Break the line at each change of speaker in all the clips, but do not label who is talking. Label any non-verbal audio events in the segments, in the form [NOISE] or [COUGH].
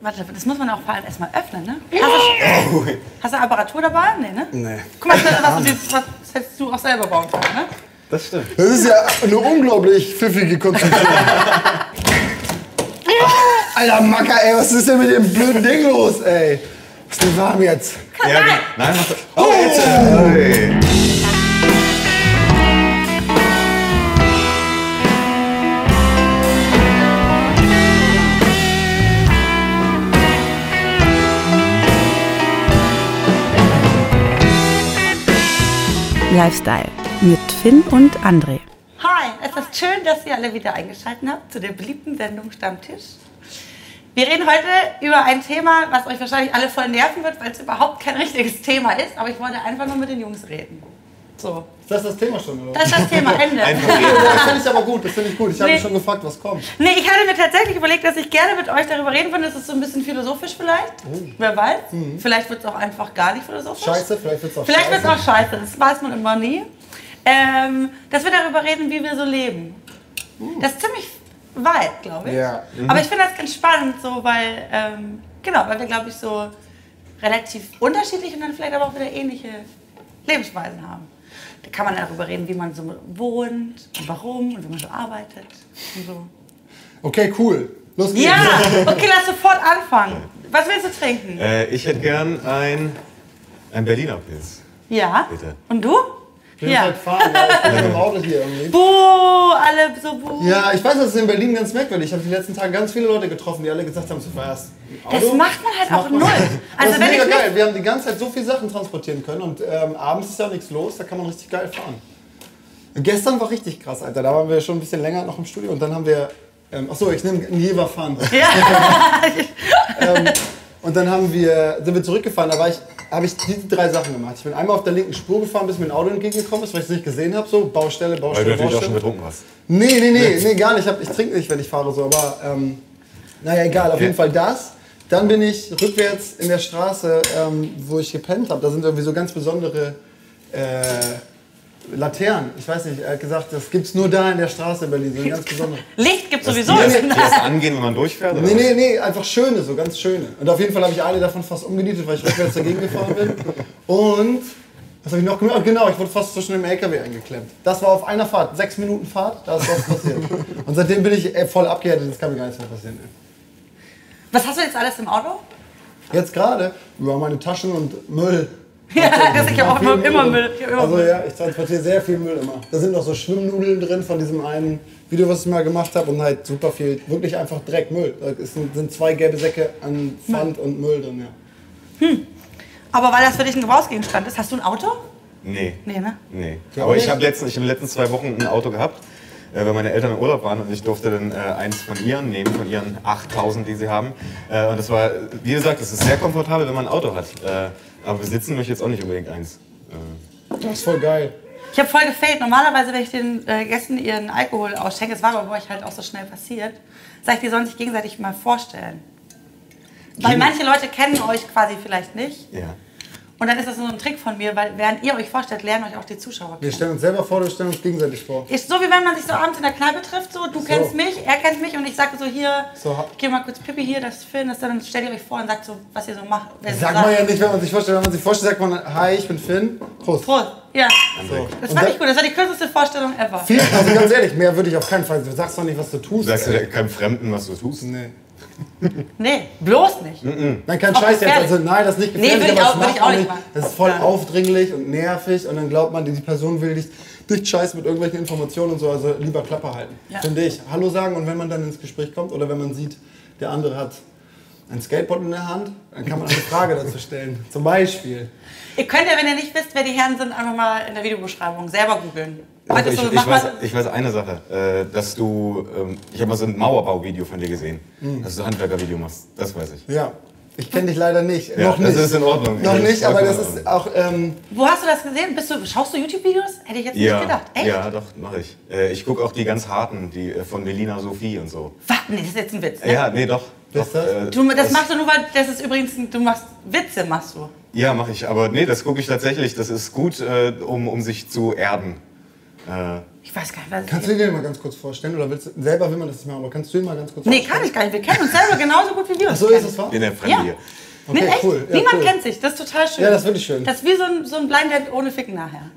Warte, das muss man auch vor allem erstmal öffnen, ne? Hast du, hast du eine Apparatur dabei? Nee, ne?
Nee.
Guck mal, was, du, was, was hättest du auch selber bauen können, ne?
Das stimmt.
Das ist ja eine unglaublich pfiffige Konstruktion. Alter Macker, ey, was ist denn mit dem blöden Ding los, ey? Was ist denn warm jetzt?
Ja, genau. Nein, mach das. Oh, jetzt. Hey.
Lifestyle mit Finn und André.
Hi, es ist schön, dass ihr alle wieder eingeschaltet habt zu der beliebten Sendung Stammtisch. Wir reden heute über ein Thema, was euch wahrscheinlich alle voll nerven wird, weil es überhaupt kein richtiges Thema ist, aber ich wollte einfach nur mit den Jungs reden. So,
Ist das das Thema schon, oder?
das ist das Thema, Ende.
Einfach
Das finde ich aber gut, das finde ich gut. Ich habe
Nee.
mich schon gefragt, was kommt.
Nee, ich hatte mir tatsächlich überlegt, dass ich gerne mit euch darüber reden würde. Das ist so ein bisschen philosophisch vielleicht. Wer weiß. Vielleicht wird es auch einfach gar nicht philosophisch.
Oh. Mhm. Scheiße, vielleicht wird's auch
Vielleicht wird es
scheiße.
auch scheiße. Das weiß man immer nie. Ähm, dass wir darüber reden, wie wir so leben. Das ist ziemlich weit, glaube ich.
Uh. Ja. Mhm.
Aber ich finde das ganz spannend, so, weil, ähm, genau, weil wir, glaube ich, so relativ unterschiedliche und dann vielleicht aber auch wieder ähnliche Lebensweisen haben. Da kann man darüber reden, wie man so wohnt und warum und wie man so arbeitet und so.
Okay, cool. Los geht's.
Ja, okay, lass sofort anfangen. Was willst du trinken?
Äh, ich hätte gern ein, ein Berliner Pilz.
Ja.
Bitte.
Und du?
Ich will
Ja.
halt fahren, ja. Ich bin im Auto hier irgendwie.
Buh, alle so buh.
Ja, ich weiß, das ist in Berlin ganz merkwürdig. Ich habe die letzten Tage ganz viele Leute getroffen, die alle gesagt haben, du fährst im Auto.
Das macht man halt auch null.
Also
Also
das ist
wenn
mega
ich
geil.
nicht,
Wir haben die ganze Zeit so viele Sachen transportieren können und ähm, abends ist ja nichts los, da kann man richtig geil fahren. Und gestern war richtig krass, Alter. Da waren wir schon ein bisschen länger noch im Studio und dann haben wir. Ähm, achso, ich nehme einen
[LAUGHS]
Jever Fun. [LAUGHS] ähm, und dann haben wir, sind wir zurückgefahren, da war ich, habe ich diese drei Sachen gemacht. Ich bin einmal auf der linken Spur gefahren, bis mir ein Auto entgegengekommen ist, weil ich es nicht gesehen habe. So, Baustelle,
Weil du
Baustelle,
natürlich auch
Baustelle.
schon betrunken hast.
Nee, nee, nee, nee, gar nicht. Ich, hab- ich trinke nicht, wenn ich fahre, so, aber ähm, naja, egal. Auf jeden Fall das. Dann bin ich rückwärts in der Straße, ähm, wo ich gepennt habe. Da sind irgendwie so ganz besondere äh, Laternen. Ich weiß nicht, er hat gesagt, das gibt's nur da in der Straße in Berlin. So eine ganz besondere.
Licht gibt
Dass
sowieso.
Die
[LAUGHS]
erst,
nicht.
die erst angehen, wenn man durchfährt? Oder?
Nee, nee, nee, einfach schöne, so ganz schöne. Und auf jeden Fall habe ich eine davon fast umgenietet, weil ich rückwärts dagegen gefahren bin. Und. Was habe ich noch gemacht? Ah, Genau, ich wurde fast zwischen dem LKW eingeklemmt. Das war auf einer Fahrt, sechs Minuten Fahrt, da ist was passiert. Und seitdem bin ich äh, voll abgehärtet, das kann mir gar nichts mehr passieren. ey.
Was hast du jetzt alles im Auto?
Jetzt gerade, über meine Taschen und Müll.
Ja, das ist ja auch immer, immer Müll. Ja, immer
Also
Müll.
ja, ich transportiere sehr viel Müll immer. Da sind noch so Schwimmnudeln drin von diesem einen Video, was ich mal gemacht habe und halt super viel, wirklich einfach Dreck, Müll. Da ist- sind zwei gelbe Säcke an Pfand und Müll drin, ja.
Aber weil das für dich ein Gebrauchsgegenstand ist, hast du ein Auto?
Nee.
Nee, ne?
Nee.
Ja,
Aber
okay.
ich habe letzten, ich hab in den letzten zwei Wochen ein Auto gehabt, äh, weil meine Eltern im Urlaub waren und ich durfte dann äh, eins von ihren nehmen, von ihren 8000, die sie haben. Äh, und das war, wie gesagt, es ist sehr komfortabel, wenn man ein Auto hat. Äh, aber besitzen möchte ich jetzt auch nicht unbedingt eins. Äh,
Das ist voll geil.
Ich habe voll gefailt. Normalerweise, wenn ich den äh, Gästen ihren Alkohol ausschenke, das war aber bei euch halt auch so schnell passiert, sag ich, die sollen sich gegenseitig mal vorstellen. Weil manche Leute kennen euch quasi vielleicht nicht.
ja.
Und dann ist das so ein Trick von mir, weil während ihr euch vorstellt, lernen euch auch die Zuschauer
Wir
kennen.
stellen uns selber vor, wir stellen uns gegenseitig vor.
Ist so wie wenn man sich so abends in der Kneipe trifft, so du kennst mich, er kennt mich und ich sage so hier,
So ha-
ich geh mal kurz Pippi hier, das ist Finn, das dann stellt ihr euch vor und sagt so, was ihr so macht. wer ihr so
Sagt
seid.
man ja nicht, wenn man sich vorstellt. Wenn man sich vorstellt, sagt man, hi, ich bin Finn. Prost.
Prost. Ja.
So.
Das
Und
fand
da-
ich gut, das war die kürzeste Vorstellung ever.
Viel, also ganz ehrlich, mehr würde ich auf keinen Fall. Du sagst doch nicht, was du tust.
Du sagst
ey.
ja keinem Fremden, was du tust.
Nee.
Nee, bloß nicht.
Mhm.
Nein, kein
Auch
Scheiß jetzt.
gefährlich.
Also nein, das ist nicht
Nee,
gefährlich,
würde ich
aber
auch-
das
würde ich
macht man
auch nicht
nicht.
machen.
Das ist voll
Nein.
aufdringlich und nervig und dann glaubt man, die Person will dich nicht scheiß mit irgendwelchen Informationen und so. Also lieber Klappe halten,
Ja.
finde ich. Hallo sagen und wenn man dann ins Gespräch kommt oder wenn man sieht, der andere hat ein Skateboard in der Hand, dann kann man eine
[LAUGHS]
Frage dazu stellen. Zum Beispiel.
Ihr könnt ja, wenn ihr nicht wisst, wer die Herren sind, einfach mal in der Videobeschreibung selber googeln. Heute
Also
ist
ich,
so,
ich,
mach
weiß,
mal.
ich weiß eine Sache, äh, dass du, ähm, ich habe mal so ein Mauerbauvideo von dir gesehen,
Mhm.
dass du Handwerkervideo machst. Das weiß ich.
Ja. Ich kenne dich leider nicht.
Ja,
Noch nicht.
Das ist in Ordnung.
Noch
Ja,
nicht, aber das
vollkommen in
ist auch. Ähm,
Wo hast du das gesehen? Bist du, schaust du YouTube-Videos? Hätte ich jetzt
Ja,
nicht gedacht. Echt?
ja, doch, mache ich. Äh, ich gucke auch die ganz harten, die äh, von Melina Sophie und so.
Was? Nee, das ist jetzt ein Witz. Ne?
Ja, nee, doch.
Was ist
doch
das?
äh,
Du, das machst du nur, weil das ist übrigens, ein- du machst Witze, machst du.
Ja, mache ich. Aber nee, das gucke ich tatsächlich. Das ist gut, äh, um, um sich zu erden. Äh,
Ich weiß gar nicht, was
Kannst du dir den mal ganz kurz vorstellen? Oder willst du, selber will man das nicht machen, aber kannst du ihn mal ganz kurz
Nee,
vorstellen?
kann ich gar nicht. Wir kennen uns selber genauso gut wie wir
Ach
uns
so, ist
kennen.
es wahr?
In der
Ja.
Fremde hier.
nee,
Okay,
echt?
cool. Ja,
Niemand
cool.
kennt sich. Das ist total schön.
Ja, das finde ich schön.
Das ist wie so ein, so ein Blind Date ohne Ficken nachher.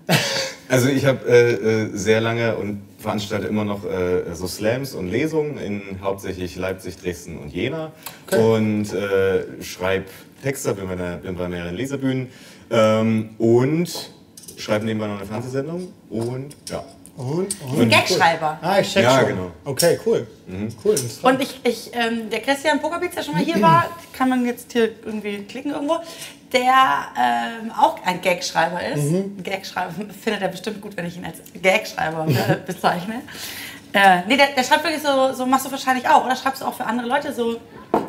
Also ich habe äh, äh, sehr lange und veranstalte immer noch äh, so Slams und Lesungen in hauptsächlich Leipzig, Dresden und Jena und äh, schreibe Texte, bin bei, einer, bin bei mehreren Lesebühnen ähm, und schreibe nebenbei noch eine Fernsehsendung und ja.
Also Und, und,
Ein Gagschreiber.
Ah, ich check
Ja,
schon.
genau. Mhm.
Okay, cool. Cool, interessant.
Und ich, ich ähm, der Christian Pokerbeats, der schon mal
[CLEARS THROAT]
hier war, kann man jetzt hier irgendwie klicken irgendwo, der ähm, auch ein Gagschreiber ist.
Mhm.
Gagschreiber [LAUGHS] findet er bestimmt gut, wenn ich ihn als Gagschreiber
[LAUGHS]
äh, bezeichne. Äh, nee, der, der schreibt wirklich so, so machst du wahrscheinlich auch, oder schreibst du auch für andere Leute so,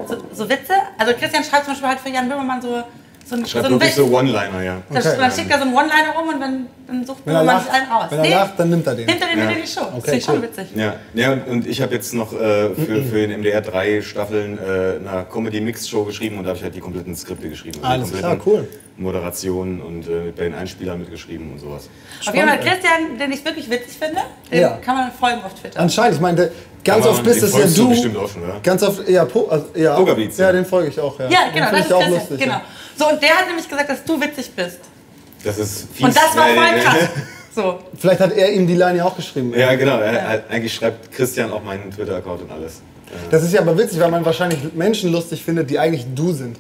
so, so Witze? Also Christian schreibt zum Beispiel halt für Jan Böhmermann so, so, ein, so
Schreibe
einen
wirklich
Witz.
so One-Liner, ja.
Das,
Okay.
Dann schickt er so einen One-Liner rum und wenn, dann sucht
Wenn er
Böhmermann sich
lacht,
einen raus.
wenn er lacht, dann nimmt er den.
Nimmt er den
Ja.
wieder in die Show. Okay, das
Okay,
ist schon
cool.
witzig.
Ja, ja und- und ich habe jetzt noch äh, für, für den MDR drei Staffeln äh, einer Comedy-Mix-Show geschrieben und da habe ich halt die kompletten Skripte geschrieben. also die
Alles klar,
kompletten
cool.
Moderationen und äh, bei den Einspielern mitgeschrieben und sowas.
Auf jeden Fall Christian, den ich wirklich witzig finde, den
Ja.
kann man folgen auf Twitter.
Anscheinend, ich meine, der- ganz
Aber
oft bist
den
es ja
folgst
du.
bestimmt auch schon, oder?
Ganz oft, ja, po, also, ja,
Pokerbeats,
ja,
ja.
den folge ich auch, ja.
ja,
Den
genau,
find
das ist
ich auch
Christian.
lustig.
genau.
ja.
So, und der hat nämlich gesagt, dass du witzig bist.
Das ist fies.
Und das war
weil-
voll
[LAUGHS]
krass. So.
Vielleicht hat er ihm die Line ja auch geschrieben.
Ja, genau. äh, Eigentlich schreibt Christian auch meinen Twitter-Account und alles.
Das ist ja aber witzig, weil man wahrscheinlich Menschen lustig findet, die eigentlich du sind.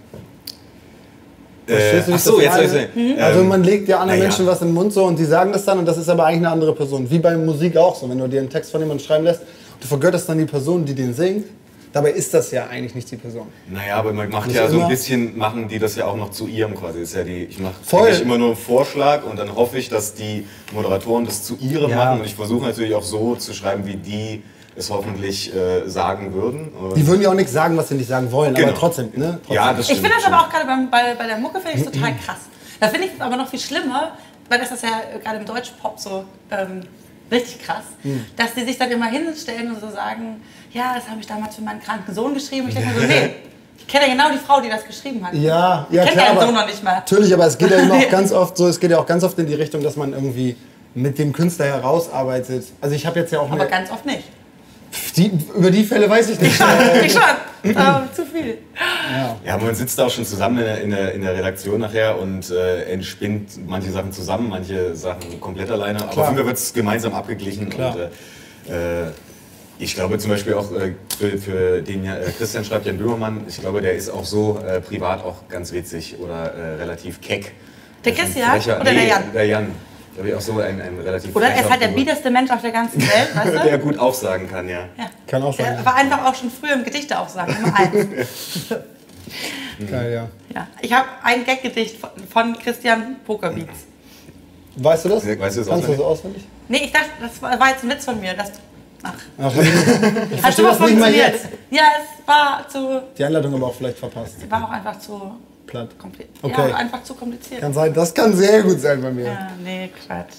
Äh,
Verstehst du, wie
ach
ich das
so, jetzt
meine?
weiß ich. Ähm,
Also man legt ja anderen
na ja.
Menschen was in den Mund so und die sagen das dann und das ist aber eigentlich eine andere Person. Wie bei Musik auch so. Wenn du dir einen Text von jemandem schreiben lässt, du vergötterst dann die Person, die den singt. Dabei ist das ja eigentlich nicht die Person.
Naja, aber man macht
Nicht
ja so
immer.
ein bisschen, machen die das ja auch noch zu ihrem quasi. Ist ja die, ich mache
Voll.
eigentlich immer nur einen Vorschlag und dann hoffe ich, dass die Moderatoren das zu ihrem
Ja.
machen. Und ich versuche natürlich auch so zu schreiben, wie die es hoffentlich äh, sagen würden. Und-
Die würden ja auch nichts sagen, was sie nicht sagen wollen,
Genau.
aber trotzdem, ne? Trotzdem.
ja, das
Ich
stimmt.
finde das
schon.
aber auch gerade beim- bei, bei der Mucke finde ich total krass. Da finde ich es aber noch viel schlimmer, weil das ist ja gerade im Deutschpop so ähm, richtig krass,
Hm.
dass die sich dann immer hinstellen und so sagen, ja, das habe ich damals für meinen kranken Sohn geschrieben. Ich denke mir so, nee, ich kenne ja genau die Frau, die das geschrieben hat.
Ja,
Ich
ja
kenn
klar.
deinen
aber-
Sohn noch nicht mal.
Natürlich, aber es geht
[LAUGHS]
ja immer auch ganz oft so, es geht ja auch ganz oft in die Richtung, dass man irgendwie mit dem Künstler herausarbeitet. Also ich habe jetzt ja auch
Aber
eine,
ganz oft nicht.
Pff, die, über die Fälle weiß ich nicht.
[LAUGHS] ich schon, aber zu viel.
Ja, man sitzt auch schon zusammen in der, in der, in der Redaktion nachher und äh, entspinnt manche Sachen zusammen, manche Sachen komplett alleine. Aber auf jeden Fall wird es gemeinsam abgeglichen. Und, äh, äh, ich glaube zum Beispiel auch äh, für, für den ja, äh, Christian schreibt Jan Böhmermann, ich glaube, der ist auch so äh, privat auch ganz witzig oder äh, relativ keck.
Der
Ist ein
Christian
frecher-
oder
nee,
der Jan?
Der Jan. Glaube ich auch so ein, ein relativ
Oder er ist
frecher
halt der
Figur,
biederste Mensch auf der ganzen Welt,
[LAUGHS]
weißt du?
der gut aufsagen kann, ja.
Ja.
Kann auch sein,
Der
ja.
war einfach auch schon früher im Gedichte aufsagen, Nummer eins.
Geil, ja.
ja. Ich habe ein Gaggedicht von, von Christian Pokerbeats.
Weißt du das?
Weißt du das
Kannst du das auswendig?
Nee, ich dachte, das war war jetzt ein Witz von mir. Das, ach,
Ach, hab ich- ich
hat
verstehe
schon mal
das nicht mal
funktioniert.
jetzt.
Ja, es war zu,
Die Einleitung aber auch vielleicht verpasst.
war auch einfach zu
Platt.
kompliziert.
Okay.
Ja, einfach zu kompliziert.
Kann sein, das kann sehr gut sein bei mir.
Ja, nee, Quatsch.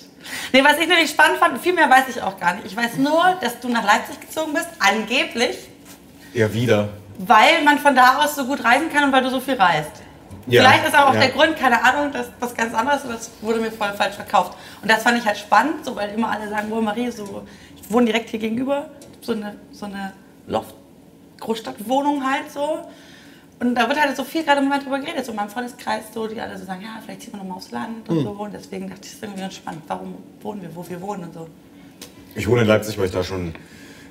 Nee, was ich nämlich spannend fand, viel mehr weiß ich auch gar nicht. Ich weiß nur, dass du nach Leipzig gezogen bist, angeblich,
Ja, wieder.
weil man von da aus so gut reisen kann und weil du so viel reist.
Ja,
Vielleicht ist aber auch
ja.
der Grund, keine Ahnung, dass das ganz anderes ist, das wurde mir voll falsch verkauft. Und das fand ich halt spannend, so, weil immer alle sagen, oh Marie, so, ich wohne direkt hier gegenüber, so eine, so eine Loft-Großstadtwohnung halt so. Und da wird halt so viel gerade im Moment drüber geredet, so in meinem Freundeskreis, so, die alle so sagen, ja, vielleicht ziehen wir nochmal aufs Land
Hm.
und so. Und deswegen dachte ich, das ist irgendwie ganz spannend, warum wohnen wir, wo wir wohnen und so.
Ich wohne in Leipzig, weil ich da schon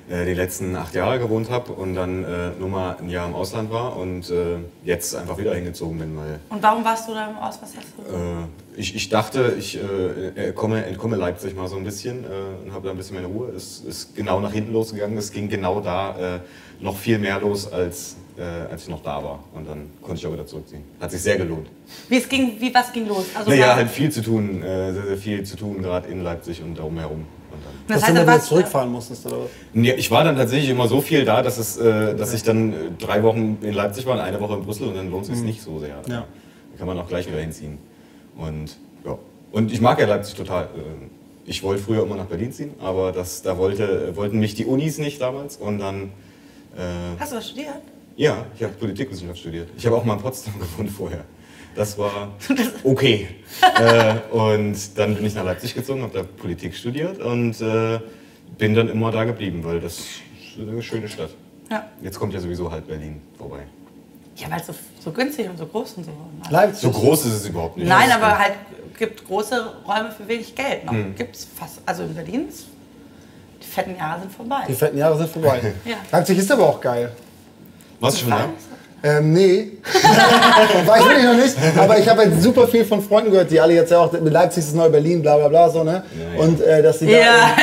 äh, die letzten acht Jahre gewohnt habe und dann äh, nur mal ein Jahr im Ausland war und äh, jetzt einfach wieder hingezogen bin, weil
Und warum warst du da im Aus, was hast du?
äh, ich, ich dachte, ich äh, äh, komme, entkomme Leipzig mal so ein bisschen äh, und habe da ein bisschen meine Ruhe. Es ist genau nach hinten losgegangen. Es ging genau da äh, noch viel mehr los, als, äh, als ich noch da war. Und dann konnte ich auch wieder zurückziehen. Hat sich sehr gelohnt.
Wie es ging, wie was ging los? Also,
naja,
war-
halt viel zu tun, äh, sehr, sehr viel zu tun, gerade in Leipzig und darum herum. Und dann
das
Dass du
dann
mit mir
warst du-
zurückfahren musstest, oder was?
Ja, ich war dann tatsächlich immer so viel da, dass, es, äh, dass ich dann äh, drei Wochen in Leipzig war und eine Woche in Brüssel und dann lohnt es sich nicht so sehr.
Ja.
Da kann man auch gleich wieder hinziehen. Und ja. Und ich mag ja Leipzig total. Ähm, Ich wollte früher immer nach Berlin ziehen, aber das, da wollte, wollten mich die Unis nicht damals und dann. Äh,
Hast du was studiert?
Ja, ich habe Politikwissenschaft studiert. Ich habe auch mal in Potsdam [LAUGHS] gewohnt vorher.
[LAUGHS]
Das war okay. äh, und dann bin ich nach Leipzig gezogen, habe da Politik studiert und äh, bin dann immer da geblieben, weil das ist eine schöne Stadt.
Ja,
Jetzt kommt ja sowieso halt Berlin vorbei.
ja weil es so, so günstig und so groß und so. und alles.
Leipzig.
So groß ist es überhaupt nicht.
Nein, aber halt gibt große Räume für wenig Geld noch.
Hm.
Gibt's fast, also in Berlin, ist- die fetten Jahre sind vorbei.
Die fetten Jahre sind
[LAUGHS]
vorbei.
Ja.
Leipzig ist aber auch geil.
Warst du schon da?
Ähm, nee. [LAUGHS] Weiß ich noch nicht. Aber ich habe halt super viel von Freunden gehört, die alle jetzt ja auch, Leipzig ist das neue Berlin, bla bla bla, so, ne?
Ja, ja.
Und äh, dass die da
Ja,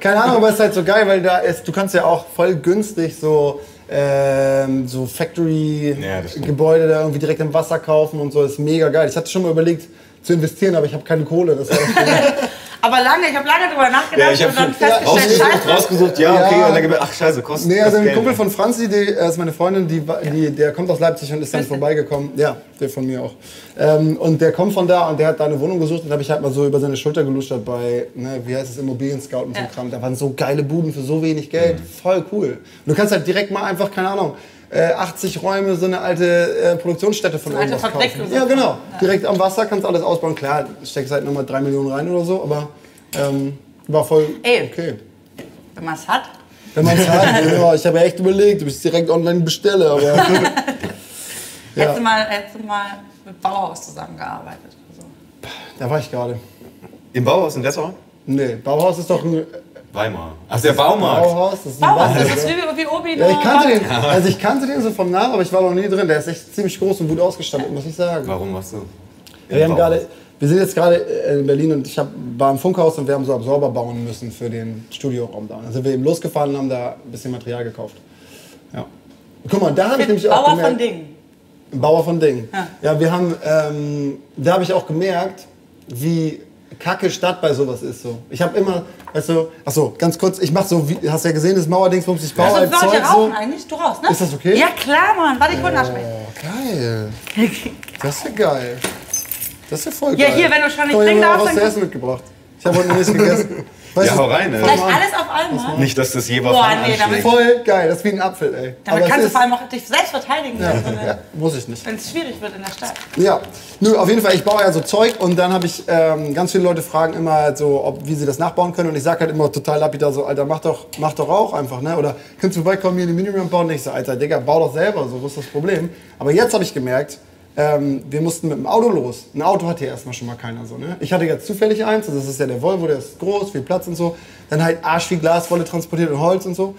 Keine Ahnung, aber es ist halt so geil, weil da ist, du kannst ja auch voll günstig so, ähm, so
Ja, das stimmt.
Factory-Gebäude da irgendwie direkt im Wasser kaufen und so. Das ist mega geil. Ich hatte schon mal überlegt zu investieren, aber ich habe keine Kohle. Das war
[LAUGHS] aber lange, ich habe lange drüber nachgedacht
Ja, ich
Genau, und dann
habe
festgestellt,
rausgesucht,
scheiße.
rausgesucht, ja, okay,
Ja.
und dann gibt ach scheiße, kostet
nee,
das
also ein
Geld.
Kumpel von Franzi, die äh, ist meine Freundin, die, wa- die, der kommt aus Leipzig und ist dann
Grüß dich.
vorbeigekommen. Ja, der von mir auch. Ähm, und der kommt von da und der hat da eine Wohnung gesucht und habe ich halt mal so über seine Schulter geluschert bei, ne, wie heißt es, Immobilien-Scout und so
Ja. Mhm.
Kram. Da waren so geile Buden für so wenig Geld. Voll cool. Und du kannst halt direkt mal einfach, keine Ahnung, äh, 80 Räume, so eine alte äh, Produktionsstätte von
So eine alte
irgendwas
Fabrik
kaufen.
und so.
Ja, genau. Direkt am Wasser kannst alles ausbauen. Klar, steckst halt nochmal 3 Millionen rein oder so, aber ähm, war voll
Ey.
okay.
Wenn man es hat,
Wenn man sagt, ja, ich habe echt überlegt, ob ich es direkt online bestelle,
[LAUGHS]
aber.
hättest
ja,
du mal, hättest du mal mit Bauhaus zusammengearbeitet. oder so.
da war ich gerade.
Im Bauhaus in Dessau?
Nee, Bauhaus ist doch ein
Weimar. Ach, der Baumarkt.
Bauhaus. Das ist ein
Bauhaus,
Bauhaus.
das ist wie, wie Obi.
Ja, ich
nur-
kannte den, also ich kannte den so vom Namen, aber ich war noch nie drin. Der ist echt ziemlich groß und gut ausgestattet, muss ich sagen.
Warum machst du?
Ja, wir, haben gerade, wir sind jetzt gerade äh, in Berlin und ich hab, war im Funkhaus und wir haben so Absorber bauen müssen für den Studioraum da. Und Dann sind wir eben losgefahren und haben da ein bisschen Material gekauft. Ja. Guck mal, da habe
Ich
ich
bin
nämlich auch
Bauer
gemerkt,
von Dingen.
Bauer von Ding.
Ja.
Ja, wir haben, ähm, da habe ich auch gemerkt, wie kacke Stadt bei sowas ist. So. Ich habe immer, weißt du, ach so, ganz kurz, ich mache so, wie, hast ja gesehen, das Mauerdingsbums, ich baue
Also,
als
wir wollen
Zeug
ja
so.
rauchen eigentlich. Du rauchst, ne?
Ist das okay?
Ja, klar, Mann. Warte, ich wollte nachsprechen.
Oh, geil. Das ist ja geil. Das ist ja voll
Ja,
geil.
hier, wenn du schon nicht
Guck mal,
trinken
ich hab
darfst,
auch was
dann-
zu essen mitgebracht. Ich habe
[LAUGHS]
heute noch nichts gegessen. Weißt
Ja,
du,
hau rein, ey.
[LAUGHS] Gleich alles auf einmal.
Nicht, dass das je was
Boah,
von
nee, damit-
anschlägt.
Voll geil, das ist wie ein Apfel, ey.
Damit
Aber es
kannst du
ist-
vor allem auch dich selbst verteidigen,
ja, muss ich nicht.
wenn es schwierig wird in der Stadt.
Ja, nö, auf jeden Fall, ich baue ja so Zeug und dann habe ich, ähm, ganz viele Leute fragen immer halt so, ob, wie sie das nachbauen können und ich sage halt immer total lapidar so, Alter, mach doch, mach doch auch einfach, ne, oder kannst du vorbeikommen, hier eine Minimum bauen? Und ich so, Alter, Digga, bau doch selber, so, wo ist das Problem? Aber jetzt habe ich gemerkt, ähm, wir mussten mit dem Auto los. Ein Auto hatte ja erstmal schon mal keiner so, ne? Ich hatte jetzt zufällig eins, also das ist ja der Volvo, der ist groß, viel Platz und so. Dann halt Arsch viel Glaswolle transportiert und Holz und so.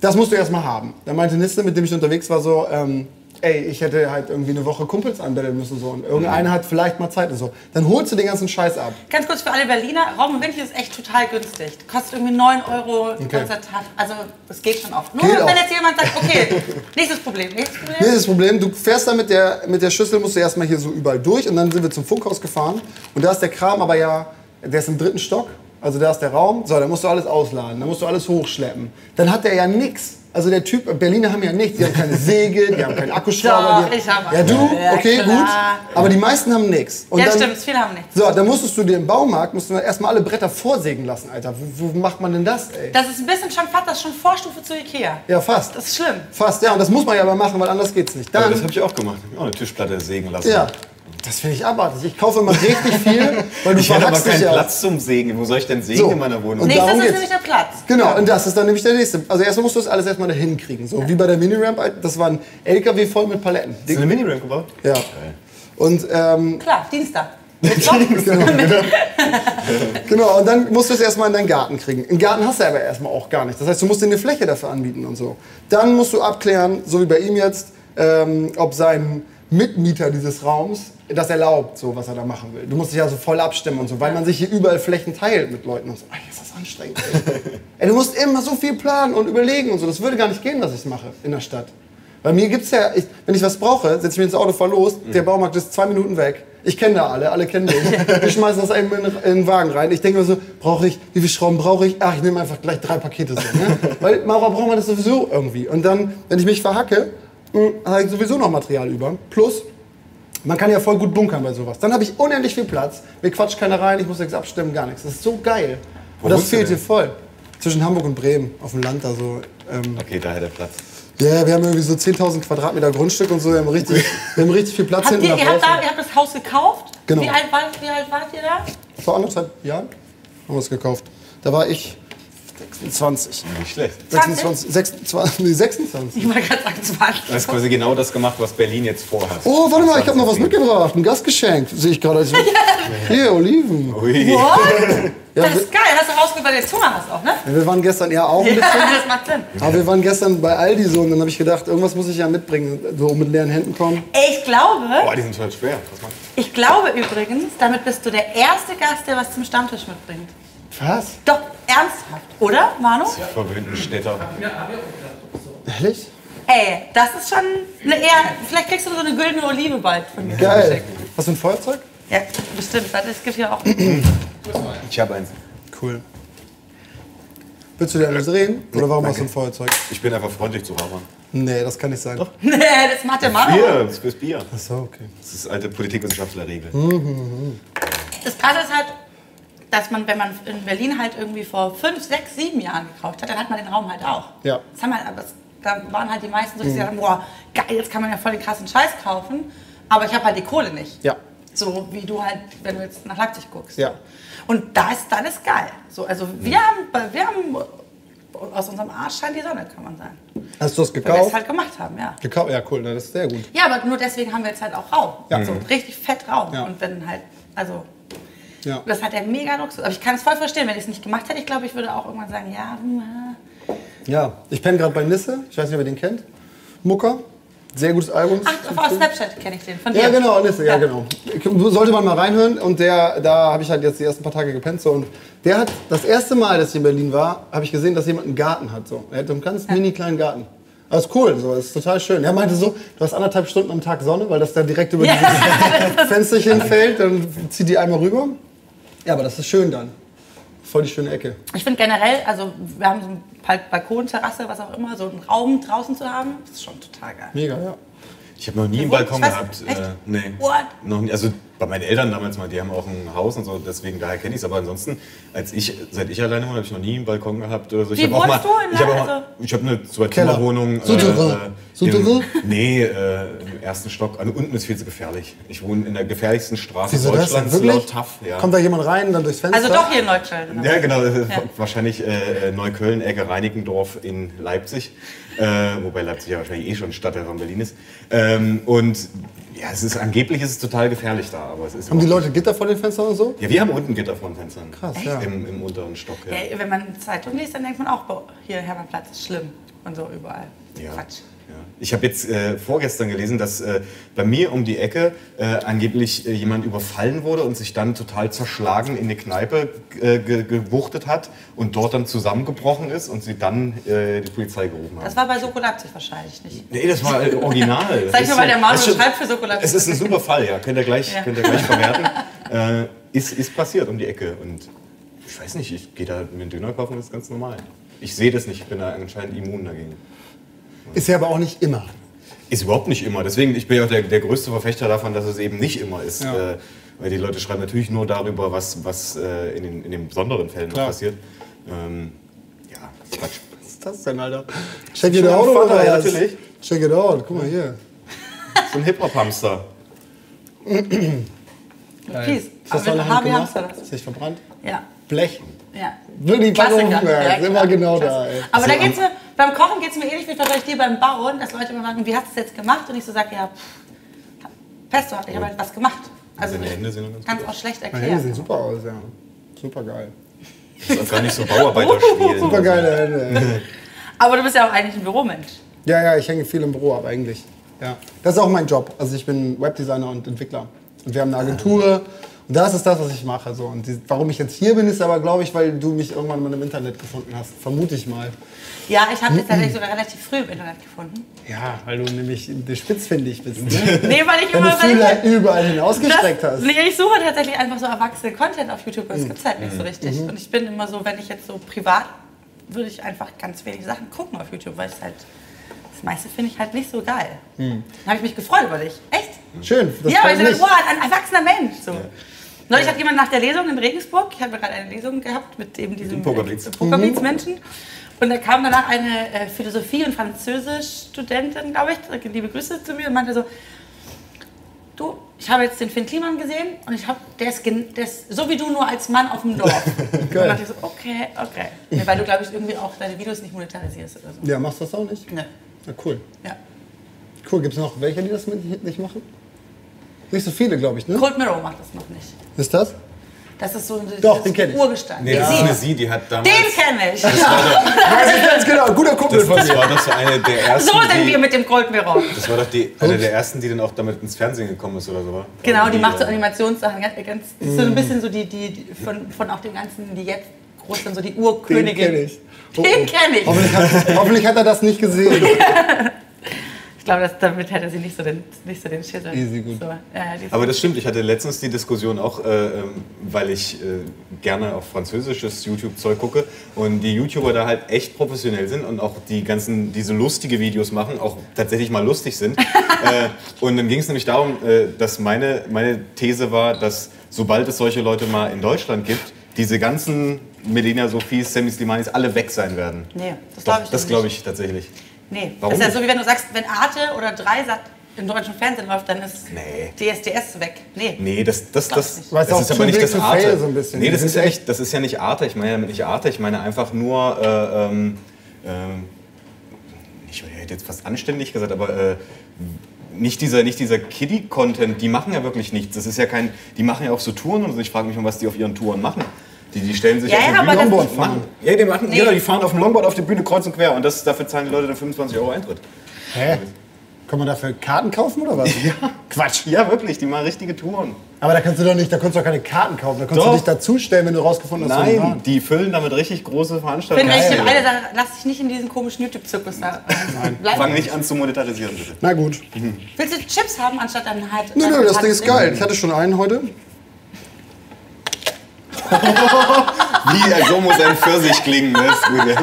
Das musst du erstmal haben. Dann meinte Niste, mit dem ich unterwegs war, so, ähm, ey, ich hätte halt irgendwie eine Woche Kumpels anbetteln müssen so und irgendeiner hat vielleicht mal Zeit und so. Dann holst du den ganzen Scheiß ab.
Ganz kurz für alle Berliner, Raum und Winkel ist echt total günstig. Kostet irgendwie 9 Euro okay. ganzer Tag. Also das geht schon oft. Nur
Geht
wenn
auch.
jetzt jemand sagt,
[LAUGHS]
okay, nächstes Problem, nächstes Problem.
Nee, das Problem, du fährst dann mit der, mit der Schüssel, musst du erstmal hier so überall durch und dann sind wir zum Funkhaus gefahren und da ist der Kram aber ja, der ist im dritten Stock, also da ist der Raum, so, da musst du alles ausladen, da musst du alles hochschleppen. Dann hat der ja nix. Also der Typ, Berliner haben ja nichts, die haben keine Säge, die haben keinen Akkuschrauber.
Doch,
die
ich hab
ja, du?
einen. Ja,
Okay,
klar.
gut. Aber die meisten haben nichts.
ja, stimmt, viele haben nichts.
So, dann musstest du dir im Baumarkt musst du dann erstmal alle Bretter vorsägen lassen, Alter. Wo, wo macht man denn das, ey?
Das ist ein bisschen schon fast, das ist schon Vorstufe zu Ikea.
ja, fast.
Das ist schlimm.
Fast, ja. Und das muss man ja aber machen, weil anders geht's nicht.
Aber
Dann,
das habe ich auch gemacht. Ich hab auch eine Tischplatte sägen lassen.
ja. Das finde ich abartig. Ich kaufe immer richtig
[LAUGHS]
viel, weil du
Ich hatte aber
verhackst dich
keinen
ja.
Platz zum Sägen. Wo soll ich denn sägen
So.
in meiner Wohnung?
Und
Nächstes
darum
ist
geht's.
nämlich der Platz.
Genau, und das ist dann nämlich der nächste. Also erstmal musst du das alles erstmal da hinkriegen. So wie bei der Miniramp, Alter, das war ein LKW voll mit Paletten.
Hast du eine Miniramp gebaut?
Ja. Und ähm,
Klar, Dienstag. Mit Job.
Genau, und dann musst du es erstmal in deinen Garten kriegen. Einen Garten hast du aber erstmal auch gar nicht. Das heißt, du musst dir eine Fläche dafür anbieten und so. Dann musst du abklären, so wie bei ihm jetzt, ähm, ob sein Mitmieter dieses Raums das erlaubt, so was er da machen will. Du musst dich also voll abstimmen und so, weil man sich hier überall Flächen teilt mit Leuten und so. Ey, ist das anstrengend. Ey. ey, du musst immer so viel planen und überlegen und so. Das würde gar nicht gehen, dass ich es mache in der Stadt. Bei mir gibt's ja, ich, wenn ich was brauche, setze ich mich ins Auto, fahr los,
Mhm.
der Baumarkt ist zwei Minuten weg. Ich kenne da alle, alle kennen
[LAUGHS]
mich. Wir schmeißen das einem in, in den Wagen rein. Ich denke mir so, brauche ich, wie viele Schrauben brauche ich? Ach, ich nehme einfach gleich drei Pakete so.
[LAUGHS]
Ne? Weil Maurer braucht man das sowieso irgendwie. Und dann, wenn ich mich verhacke, habe ich sowieso noch Material über. Plus, man kann ja voll gut bunkern bei sowas. Dann habe ich unendlich viel Platz. Mir quatscht keiner rein, ich muss nichts abstimmen, gar nichts. Das ist so geil.
Wo
und das
wohnst du
fehlt
denn?
hier voll. Zwischen Hamburg und Bremen, auf dem Land da so. Ähm,
Okay, da hat er Platz.
Ja, ja, wir haben irgendwie so 10.000 Quadratmeter Grundstück und so. Wir haben richtig, wir haben richtig viel Platz
Habt
hinten
ihr,
nach
ihr, habt da,
draußen.
ihr habt das Haus gekauft?
Genau.
Wie alt, war, wie alt wart ihr da?
Vor anderthalb Jahren haben wir es gekauft. Da war ich 26.
Nicht schlecht.
26, 26, nee, 26.
Ich wollte gerade sagen, 20.
Du hast quasi genau das gemacht, was Berlin jetzt vorhat.
Oh, warte mal, ich habe noch was mitgebracht. Ein Gastgeschenk. Sehe ich gerade. als- Hier, Oliven.
Ui.
What?
Ja,
Das ist geil. Hast du rausgehört, weil du jetzt Hunger hast auch, ne?
wir waren gestern ja auch ein bisschen.
[LAUGHS] das macht Sinn.
Aber wir waren gestern bei Aldi so und dann habe ich gedacht, irgendwas muss ich ja mitbringen, so mit leeren Händen kommen.
Ey, Ich glaube,
Boah, die sind total schwer. Was machst du?
ich glaube übrigens, damit bist du der erste Gast, der was zum Stammtisch mitbringt.
Was?
Doch, ernsthaft, oder, Manu?
Die verwöhnten Städter.
Ehrlich?
Ey, das ist schon eine Ehre. Vielleicht kriegst du so eine güldene Olive bald von mir.
Geil. Hast du ein Feuerzeug?
Ja, bestimmt. Warte, Es gibt hier auch. [LAUGHS]
Ich habe eins.
Cool. Willst du dir alles drehen? Oder warum hast du ein Feuerzeug?
Ich bin einfach freundlich zu Ramon.
Nee, das kann nicht sein. Doch.
Nee, das macht der Manu.
Bier, das ist fürs Bier.
Achso, okay.
Das ist alte Politikwissenschaftlerregel.
Das Krasse ist halt, dass man, wenn man in Berlin halt irgendwie vor fünf, sechs, sieben Jahren gekauft hat, dann hat man den Raum halt auch.
Ja. Mhm.
Das haben halt, aber das, da waren halt die meisten so, die gesagt haben, boah, geil, jetzt kann man ja voll den krassen Scheiß kaufen, aber ich habe halt die Kohle nicht.
Ja.
So wie du halt, wenn du jetzt nach Leipzig guckst.
Ja. Mhm.
Und da ist dann ist geil. So, also wir haben, wir haben, aus unserem Arsch scheint die Sonne, kann man sagen.
Hast du das
Weil wir
gekauft?
es halt gemacht haben, ja.
gekauft? Ja, cool, ne, das ist sehr gut.
Ja, aber nur deswegen haben wir jetzt halt auch Raum.
Ja. Mhm.
So richtig fett Raum.
Ja.
Und wenn halt, also
Ja.
das hat er mega Luxus. Aber ich kann es voll verstehen, wenn ich es nicht gemacht hätte. Ich glaube, ich würde auch irgendwann sagen, ja, hm, ah.
ja. Ich penne gerade bei Nisse, ich weiß nicht, ob ihr den kennt. Mucker, sehr gutes Album.
ach, auf Snapchat kenne ich den. Von dir.
Ja, genau, Nisse, ja,
Ja.
genau. Sollte man mal reinhören. Und der, da habe ich halt jetzt die ersten paar Tage gepennt. So. Und der hat, das erste Mal, dass ich in Berlin war, habe ich gesehen, dass jemand einen Garten hat. So. Er hat so einen ganz mini kleinen Garten. Das ist cool, so. das ist total schön. Er meinte so, du hast anderthalb Stunden am Tag Sonne, weil das da direkt
[LAUGHS]
über
Ja.
dieses
[LAUGHS]
Fensterchen fällt. Dann zieht die einmal rüber. Ja, aber das ist schön dann. Voll die schöne Ecke.
Ich finde generell, also wir haben so ein halt Balkon, Terrasse, was auch immer, so einen Raum draußen zu haben, ist schon total geil.
Mega, ja.
Ich habe noch nie einen
Wo-
Balkon
ich weiß-
gehabt.
echt?
Äh, nee.
What?
Noch nie, also bei meinen Eltern damals mal, die haben auch ein Haus und so, deswegen daher kenne ich es. Aber ansonsten, als ich, seit ich alleine wohne, habe ich noch nie einen Balkon gehabt. Oder so. ich
Wie
habe auch mal,
wohnst du in
ich habe auch
Leipzig?
mal- ich habe eine Zwei-Zimmer-Wohnung. äh,
Souterrain. Souterrain?
im, nee, äh, im ersten Stock. Also unten ist viel zu gefährlich. Ich wohne in der gefährlichsten Straße
Wieso das denn?
Deutschlands,
Wirklich?
laut TAF. Ja.
Kommt da jemand rein, dann durchs Fenster?
Also doch hier in Neukölln.
Ja, genau. äh, Wahrscheinlich äh, Neukölln, Ecke Reinickendorf in Leipzig. Äh, wobei Leipzig ja wahrscheinlich eh schon Stadtteil von Berlin ist. Ähm, und ja, es ist angeblich ist es total gefährlich da, aber es ist.
Haben die Leute Gitter vor den Fenstern und so?
Ja, wir haben unten Gitter vor den Fenstern. Krass,
ja.
Im, Im unteren Stock, ja.
Ey, wenn man Zeitung liest, dann denkt man auch, boah, hier Hermannplatz ist schlimm und so überall.
Ja.
Quatsch.
Ja. Ich habe jetzt äh, vorgestern gelesen, dass äh, bei mir um die Ecke äh, angeblich äh, jemand überfallen wurde und sich dann total zerschlagen in eine Kneipe äh, ge- gewuchtet hat und dort dann zusammengebrochen ist und sie dann äh, die Polizei gerufen haben.
Das war bei Soko Leipzig wahrscheinlich nicht.
Nee, das war äh, original.
[LAUGHS] Sag ich
Das
mal,
ist
weil der Manu
das ist schon-
schreibt für Sokolab.
Es ist ein super Fall, ja. Könnt ihr gleich,
Ja.
Könnt ihr
[LAUGHS]
gleich verwerten. äh, ist, ist passiert um die Ecke. Und ich weiß nicht, ich gehe da mit Döner kaufen, das ist ganz normal. Ich sehe das nicht, ich bin da anscheinend immun dagegen.
Ist ja aber auch nicht immer.
Ist überhaupt nicht immer. Deswegen, ich bin ja auch der, der größte Verfechter davon, dass es eben nicht immer ist.
Ja.
Äh, weil die Leute schreiben natürlich nur darüber, was, was äh, in, den, in den besonderen Fällen noch
Klar.
passiert. Ähm, ja, Quatsch.
Was ist das denn, Alter? Check it out,
Schon am
oder?
Vater, ja,
was?
natürlich.
Check it out, guck mal hier.
So ein Hip-Hop-Hamster.
Peace.
Ist das
Aber
noch
mit
Hand
Harvey
gemacht?
hast du das.
Ist nicht verbrannt?
Ja.
Blech.
Ja.
Wirklich Packung
Klassiker. Ja,
Hugenberg. Immer
klar.
genau da,
Klassiker.
ey.
Aber da
So,
geht's mir, beim Kochen geht es mir ähnlich wie vielleicht dir beim Bauen, dass Leute immer sagen, wie hast du es jetzt gemacht? Und ich so sage, ja, pff, Pesto, ich habe halt was gemacht. Also
Deine
ich
Hände sehen doch ganz
kann es
gut
auch schlecht
Meine Hände sehen
erklären.
super aus, ja. Super geil.
Das ist auch gar nicht so Bauarbeiter
[LAUGHS]
spielen.
Super geile Hände. ey.
Aber du bist ja auch eigentlich ein Büromensch.
Ja, ja, ich hänge viel im Büro ab eigentlich. Ja. Das ist auch mein Job. Also ich bin Webdesigner und Entwickler. Und wir haben eine Agentur. Und das ist das, was ich mache. So. Und die, warum ich jetzt hier bin, ist aber, glaube ich, weil du mich irgendwann mal im Internet gefunden hast. Vermute ich mal.
Ja, ich habe dich tatsächlich sogar relativ früh im Internet gefunden.
Ja, weil du nämlich spitzfindig bist. [LAUGHS] Ne?
Nee, weil ich
Deine
immer
Fühler überall hinausgestreckt
Das-
hast.
Nee, ich suche tatsächlich einfach so erwachsene Content auf YouTube, weil es gibt's halt nicht so richtig. Und ich bin immer so, wenn ich jetzt so privat, würde ich einfach ganz wenig Sachen gucken auf YouTube, weil es halt, das meiste finde ich halt nicht so geil. Dann habe ich mich gefreut über dich. Echt?
Schön. Das
ja, weil
freut
ich dachte,
mich.
wow, ein erwachsener Mensch. So. Neulich hat jemand nach der Lesung in Regensburg, ich habe gerade eine Lesung gehabt mit eben diesem
Pokerbeats.
Mhm.
Pokerbeats-Menschen. Und da kam danach eine äh, Philosophie- und Französisch-Studentin, glaube ich, liebe Grüße zu mir, und meinte so, du, ich habe jetzt den Finn Kliman gesehen und ich habe, der ist, gen- der ist so wie du, nur als Mann auf dem
[LAUGHS]
Dorf. und dann dachte ich so, okay, okay. Ja, weil du, glaube ich, irgendwie auch deine Videos nicht monetarisierst oder so.
Ja, machst du das auch nicht?
Ne.
Ja, cool.
Ja.
Cool, gibt es noch welche, die das mit- nicht machen? Nicht so viele, glaube ich, ne?
Cold Mirror macht das noch nicht.
Ist das?
Das ist so ein
Doch,
das
den kenn ich.
Urgestein.
Nee, das
Sie.
ist eine Sie, die hat damals.
Den kenne ich.
Weiß ich ganz genau, guter Kumpel
das
von
war, das
mir.
war doch so eine der ersten.
So sind
die,
wir mit dem Cold Mirror.
Das war doch die, eine der ersten, die dann auch damit ins Fernsehen gekommen ist oder so. oder?
Genau, die macht so
äh,
Animationssachen. Ganz, ganz, das ist so ein bisschen so die, die die von, von auch dem Ganzen, die jetzt groß sind, so die Urkönigin.
Den kenne ich.
[LAUGHS]
Oh,
Den
oh.
kenn ich.
Hoffentlich hat, hoffentlich hat er das nicht gesehen. [LAUGHS]
Ich glaube, dass- damit hätte sie nicht so den, nicht so den Schüttel.
Easy, gut.
So, ja, die-
Aber das stimmt, ich hatte letztens die Diskussion auch, äh, ähm, weil ich äh, gerne auf französisches YouTube-Zeug gucke und die YouTuber da halt echt professionell sind und auch die ganzen, diese lustige Videos machen, auch tatsächlich mal
[LAUGHS]
lustig sind. äh, und dann ging es nämlich darum, äh, dass meine, meine These war, dass sobald es solche Leute mal in Deutschland gibt, diese ganzen Medina Sophies, Sammy Slimanis alle weg sein werden.
Nee, das
Doch,
glaube ich
Das
nicht.
glaube ich tatsächlich.
nee, das
Warum
ist ja
nicht?
so wie wenn du sagst, wenn Arte oder Dreisat im deutschen Fernsehen läuft, dann ist
Nee.
DSDS weg. Nee.
Nee, das, das,
Glaub's
das,
nicht.
Weil
das,
es auch
ist aber
too
nicht
big
das
to
Arte.
fail so ein bisschen.
Nee, das
Die
ist,
sind
echt, das ist ja nicht Arte. Ich meine damit nicht Arte, ich meine einfach nur, äh, ähm, ähm, ich hätte jetzt fast anständig gesagt, aber äh, nicht dieser, nicht dieser Kiddie-Content, die machen ja wirklich nichts. Das ist ja kein, die machen ja auch so Touren und so. Ich frage mich mal, was die auf ihren Touren machen. Die, die stellen sich
Ja,
auf
ja,
die
aber
Bühne
das-
Longboard fahren. Ja, die machen, genau, die fahren auf dem Longboard auf die Bühne kreuz und quer und das, dafür zahlen die Leute dann 25 Euro Eintritt.
Hä? Kann man dafür Karten kaufen oder [LAUGHS] was?
Quatsch. Ja, wirklich, die machen richtige Touren.
Aber da kannst du doch nicht, da kannst du doch keine Karten kaufen. Da kannst
Doch.
du dich dazustellen, wenn du rausgefunden hast, wo die
Nein,
waren.
die füllen damit richtig große
Wenn
Veranstaltungen.
ich
Geil.
dem eine sage, lass dich nicht in diesen komischen YouTube-Zirkus da. Bleib-
Fang nicht an zu monetarisieren, bitte.
Na gut.
Willst du Chips haben anstatt dann halt?
Nö, nö, das Ding ist geil. Ich hatte schon einen heute.
Wie, äh, so muss ein Pfirsich klingen, ne? Früher.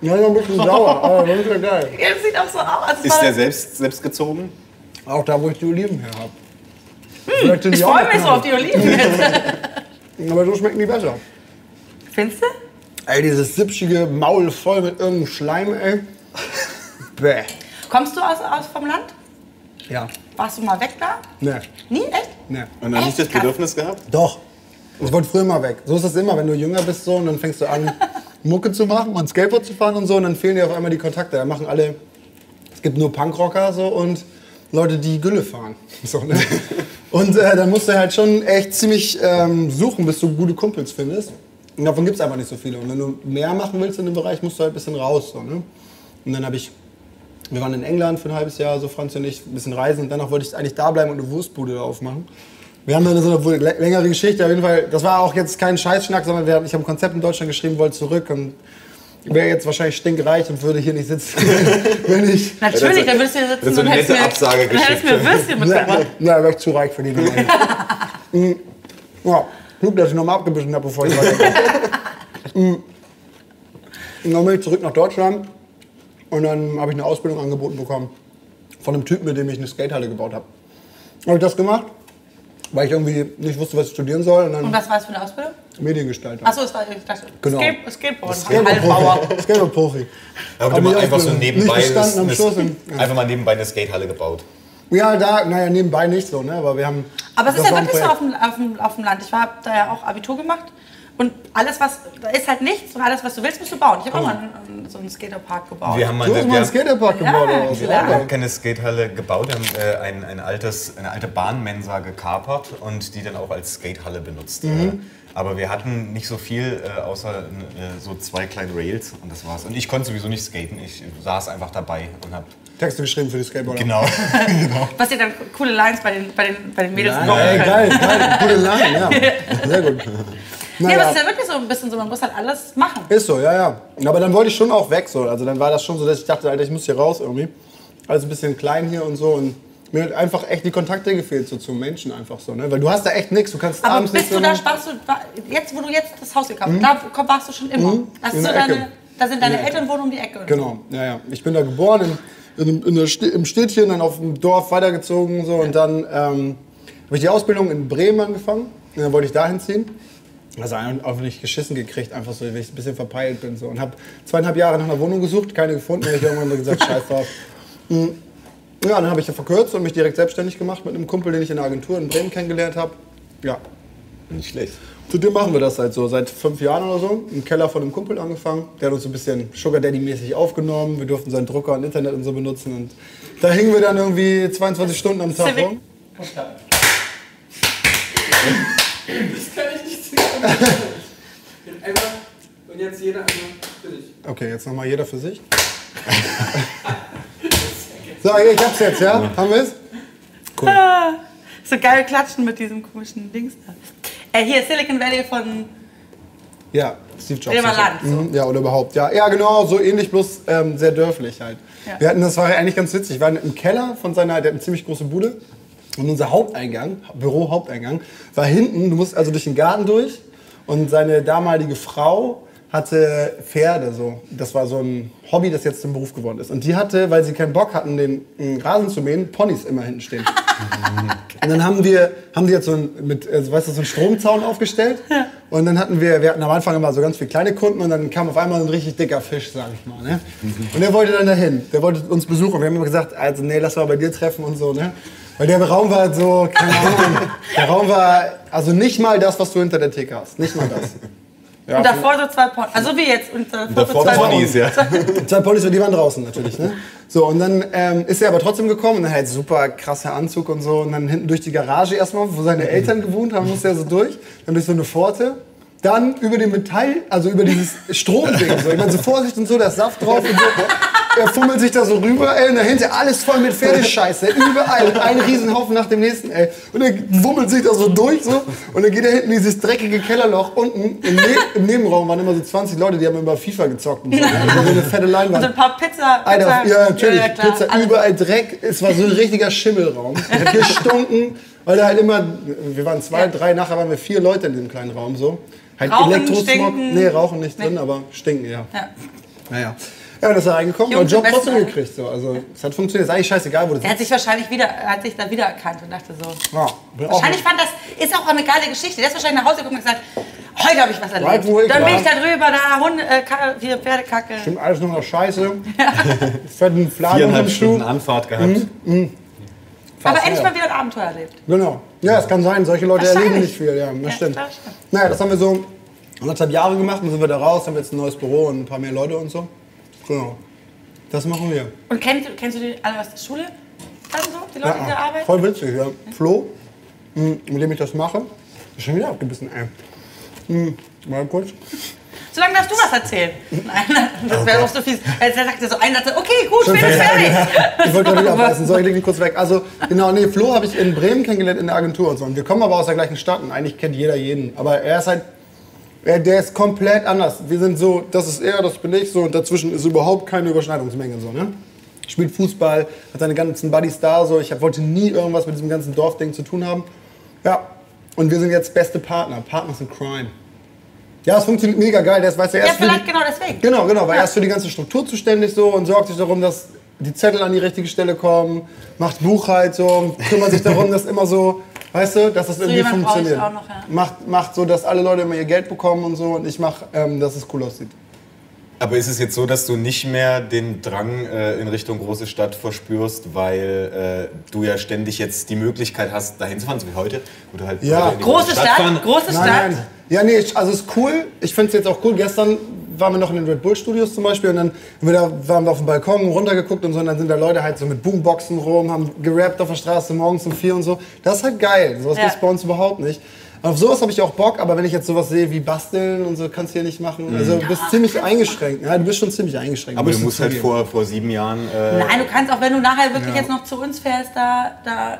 Ja, ja, ein [LAUGHS] bisschen sauer, aber das ist ja geil.
Ja, das sieht auch so aus. Also es
Ist
war-
der selbst, selbst gezogen?
Auch da, wo ich die Oliven her habe. Hm,
ich freue mich so auf die Oliven jetzt.
Aber so schmecken die besser.
Findest du?
Ey, dieses sipschige Maul voll mit irgendeinem Schleim, [LAUGHS] ey. Bäh.
Kommst du aus, aus vom Land?
Ja.
Warst du mal weg da?
Ne,
Nie? Echt?
ne.
Und dann nicht das
Echt?
Bedürfnis gehabt?
Doch. Ich wollte früher mal weg. So ist es immer, wenn du jünger bist so und dann fängst du an, Mucke zu machen und Skateboard zu fahren und so und dann fehlen dir auf einmal die Kontakte. Da machen alle, es gibt nur Punkrocker so und Leute, die Gülle fahren. [LAUGHS] So, ne? Und äh, dann musst du halt schon echt ziemlich ähm, suchen, bis du gute Kumpels findest. Und davon gibt es einfach nicht so viele. Und wenn du mehr machen willst in dem Bereich, musst du halt ein bisschen raus. So, ne? Und dann habe ich Wir waren in England für ein halbes Jahr, so Franz und ich, ein bisschen reisen. Und danach wollte ich eigentlich da bleiben und eine Wurstbude aufmachen. Wir haben dann so eine wohl lä- längere Geschichte. Auf jeden Fall, das war auch jetzt kein Scheißschnack, sondern wir, haben- ich habe ein Konzept in Deutschland geschrieben, wollte zurück und wäre jetzt wahrscheinlich stinkreich und würde hier nicht sitzen, [LAUGHS] wenn ich.
Natürlich, dann würdest du hier sitzen
Das ist so eine
und hättest
nette
mir-
Absage
[LAUGHS] dann hättest du mir Würstchen mitgebracht.
Na, wäre ich zu reich für die Nummer. [LAUGHS] Mm, ja, gut, dass ich nochmal abgebissen habe, bevor ich weiterkomme.
[LAUGHS]
mm. Und dann bin ich zurück nach Deutschland und dann habe ich eine Ausbildung angeboten bekommen von einem Typen, mit dem ich eine Skatehalle gebaut habe. Habe ich das gemacht, weil ich irgendwie nicht wusste, was ich studieren soll und dann
Und was war es für eine Ausbildung?
Mediengestalter.
Achso, es war ich dachte,
Genau.
Skate, Skateboard, Halbbauer.
Skateboard-Profi. Skateboard-Profi.
Aber
Hab ich
du hast
auch
einfach so
nicht
nebenbei
gestanden am
eine-
Schluss und- ja.
einfach mal nebenbei eine Skatehalle gebaut.
Ja, da, naja, nebenbei nicht so, ne? Aber wir haben.
Aber es
das
ist ja
war ein
wirklich so
Projekt.
auf dem, auf, dem, auf dem Land. Ich habe da ja auch Abitur gemacht. Und alles, was, da ist halt nichts. Und alles, was du willst, musst du bauen. Ich habe auch mal einen, so einen Skaterpark gebaut.
Wir haben mal,
Du hast mal
wir,
einen Skaterpark gebaut
Ja,
oder was?
klar.
Wir haben keine Skatehalle gebaut, wir haben äh, ein, ein altes, eine alte Bahnmensa gekapert und die dann auch als Skatehalle
Mhm.
benutzt. Äh, aber wir hatten nicht so viel, äh, außer äh, so zwei kleine Rails und das war's. Und ich konnte sowieso nicht skaten, ich saß einfach dabei und hab.
Texte geschrieben für die Skateboarder.
Genau.
Was ihr dann coole Lines bei den, bei den, bei den Mädels
Nein.
bauen
Ey,
könnt.
geil, geil, gute Line, ja.
[LAUGHS]
Sehr gut.
Nee, aber
Naja,
es ist ja wirklich so ein bisschen so, man muss halt alles machen.
ist so, ja, ja. Aber dann wollte ich schon auch weg, so. Also dann war das schon so, dass ich dachte, Alter, ich muss hier raus irgendwie. Alles ein bisschen klein hier und so. Und mir hat einfach echt die Kontakte gefehlt, so zu Menschen einfach so, ne? Weil du hast da echt nichts, du kannst
Aber
abends
bist
nicht
du
so-
da, warst du, war- jetzt, wo du jetzt das Haus gekauft hast, da komm, warst du schon immer. Das
Hm? In
ist so
der
deine,
Ecke.
da sind deine Eltern wohnen um die Ecke.
Genau, ja, ja. Ich bin da geboren, in, in, in der Sti- im Städtchen, dann auf dem Dorf weitergezogen so, und dann ähm, habe ich die Ausbildung in Bremen angefangen. Und dann wollte ich dahin ziehen. Also ein- einfach nicht geschissen gekriegt, einfach so, weil ich ein bisschen verpeilt bin. So. Und habe zweieinhalb Jahre nach einer Wohnung gesucht, keine gefunden. Und ich irgendwann so gesagt, [LAUGHS] scheiß drauf. Mm. Ja, dann habe ich ja verkürzt und mich direkt selbstständig gemacht mit einem Kumpel, den ich in der Agentur in Bremen kennengelernt habe. Ja,
Nicht schlecht.
zu dem machen wir das halt so. Seit fünf Jahren oder so. Im Keller von einem Kumpel angefangen. Der hat uns so ein bisschen Sugar Daddy-mäßig aufgenommen. Wir durften seinen Drucker und Internet und so benutzen. Und da hingen wir dann irgendwie 22 Stunden am Tag
Civic.
rum.
Das kann ich nicht sehen. Einmal und jetzt jeder einmal für dich.
Okay, jetzt nochmal jeder für sich. [LAUGHS] so, hier, ich hab's jetzt, ja? Haben wir's?
Ah, So geil klatschen mit diesem komischen Dings da. Äh, hier, Silicon Valley von
Ja, Steve Jobs.
Bremer
sicher.
Land, so.
Mhm, ja, oder überhaupt. Ja, ja, genau, so ähnlich, bloß ähm, sehr dörflich halt.
Ja.
Wir hatten, das war eigentlich ganz witzig. Wir waren im Keller von seiner, der hat eine ziemlich große Bude. Und unser Haupteingang, Bürohaupteingang, war hinten. Du musst also durch den Garten durch. Und seine damalige Frau hatte Pferde. So. Das war so ein Hobby, das jetzt zum Beruf geworden ist. Und die hatte, weil sie keinen Bock hatten, den mm, Rasen zu mähen, Ponys immer hinten stehen. Und dann haben wir, haben die jetzt so einen, mit, also, weißt du, so einen Stromzaun aufgestellt. Und dann hatten wir, wir hatten am Anfang immer so ganz viele kleine Kunden und dann kam auf einmal so ein richtig dicker Fisch, sag ich mal. Ne? Und der wollte dann dahin, der wollte uns besuchen. Wir haben immer gesagt, also nee, lass mal bei dir treffen und so. Ne? Weil der Raum war halt so, keine Ahnung, der Raum war also nicht mal das, was du hinter der Theke hast. Nicht mal das. Ja,
und davor so zwei Pornos. Also wie jetzt. Und davor,
[LAUGHS] Davor
so zwei
Ponys, ja.
Zwei Ponys und die waren draußen natürlich, ne? So, und dann ähm, ist er aber trotzdem gekommen und dann halt super krasser Anzug und so. Und dann hinten durch die Garage erstmal, wo seine Eltern gewohnt haben, musste er so durch. Dann durch so eine Pforte. Dann über den Metall, also über dieses Stromding. So. Ich meine, so Vorsicht und so, da ist Saft drauf und so. Er fummelt sich da so rüber, ey, und dahinter alles voll mit Pferdescheiße. Überall, ein Riesenhaufen nach dem nächsten, ey. Und er wummelt sich da so durch, so. Und dann geht er hinten in dieses dreckige Kellerloch unten. Im, ne Im Nebenraum waren immer so 20 Leute, die haben immer FIFA
[LAUGHS]
gezockt und so. Also so eine fette
Und so ein
Leinwand.
paar Pizza. Pizza
Alter, ja, natürlich.
Ja, klar. Also,
Pizza,
Alles.
überall Dreck. Es war so ein richtiger Schimmelraum. Es hat gestunken, weil da halt immer, wir waren zwei,
Ja.
drei, nachher waren wir vier Leute in diesem kleinen Raum so. Halt
Rauchen,
Elektrosmog.
stinken.
Nee, rauchen nicht drin,
Nee.
aber stinken, ja.
Ja.
Naja. Ja, und ist er reingekommen und
Jungs,
Job
am besten
trotzdem
alle.
gekriegt. So. Also, es hat funktioniert. Ist eigentlich scheißegal, wo das
Er hat sich wahrscheinlich wieder, er hat sich da wiedererkannt und dachte so.
Ja, bin auch-
Wahrscheinlich fand das, ist auch eine geile Geschichte. Der ist wahrscheinlich nach Hause gekommen und gesagt, heute habe ich was erlebt.
Right, wo ich
Dann bin
war.
ich da drüber, da Hunde, äh, Ka- hier Pferdekacke.
Stimmt alles nur noch scheiße. [LAUGHS] Fetten Fladen unter
Viereinhalb
dem
Stunden
Schuh.
Anfahrt gehabt.
Mhm.
Aber
Fast,
endlich
ja.
mal wieder ein Abenteuer erlebt.
Genau. Ja, es kann sein. Solche Leute erleben
Wahrscheinlich.
nicht viel. Ja,
Ja,
das stimmt.
klar, stimmt.
Naja, das haben wir so anderthalb Jahre gemacht. Dann sind wir da raus, haben jetzt ein neues Büro und ein paar mehr Leute und so. Genau. Das machen wir.
Und kennst, du- kennst du die alle aus der Schule? Dann so, die Leute, die da
Ja,
arbeiten?
voll witzig, ja. Flo, mh, mit dem ich das mache, ist schon wieder abgebissen, ey. Mh, Mal kurz.
Solange darfst du was
[LAUGHS]
erzählen. Nein, das wäre auch so fies. Als er sagte so ein Satz, okay, gut, ich bin jetzt fertig.
[LAUGHS] Ich wollte gerade wieder abreißen. So, ich leg den kurz weg. Also, genau, nee, Flo habe ich in Bremen kennengelernt in der Agentur und so. Und wir kommen aber aus der gleichen Stadt und eigentlich kennt jeder jeden. Aber er ist halt, er, der ist komplett anders. Wir sind so, das ist er, das bin ich so und dazwischen ist überhaupt keine Überschneidungsmenge so, ne? Spielt Fußball, hat seine ganzen Buddies da so. Ich hab, wollte nie irgendwas mit diesem ganzen Dorfding zu tun haben. Ja, und wir sind jetzt beste Partner, Partners in Crime. Ja, es funktioniert mega geil. Der ist, weiß, der
Ja,
erst für die-
vielleicht genau deswegen.
Genau, genau, weil er ist für die ganze Struktur zuständig so und sorgt sich darum, dass die Zettel an die richtige Stelle kommen, macht Buchhaltung, kümmert sich darum, dass immer so, weißt du, dass das irgendwie
jemand brauche ich
funktioniert.
auch noch, ja.
macht, macht so, dass alle Leute immer ihr Geld bekommen und so und ich mache, ähm, dass es cool aussieht.
Aber ist es jetzt so, dass du nicht mehr den Drang äh, in Richtung große Stadt verspürst, weil äh, du ja ständig jetzt die Möglichkeit hast, dahin zu fahren, so wie heute, wo du halt
Ja.
heute in die
Große Stadt, große Stadt.
Ja, nee, ich- also es ist cool. Ich finde es jetzt auch cool. Gestern waren wir noch in den Red Bull Studios zum Beispiel und dann haben wir da, waren wir auf dem Balkon runtergeguckt und so und dann sind da Leute halt so mit Boomboxen rum, haben gerappt auf der Straße morgens um vier und so. Das ist halt geil. Sowas
Ja.
gibt's bei uns überhaupt nicht. Auf sowas habe ich auch Bock, aber wenn ich jetzt sowas sehe wie basteln und so, kannst du hier nicht machen.
Hm.
Also du bist ziemlich eingeschränkt. Ja, du bist schon ziemlich eingeschränkt.
Aber du
Musst
musst halt
zugeben.
vor, vor sieben Jahren. Äh,
Nein, du kannst auch, wenn du nachher wirklich
Ja.
jetzt noch zu uns fährst, da, da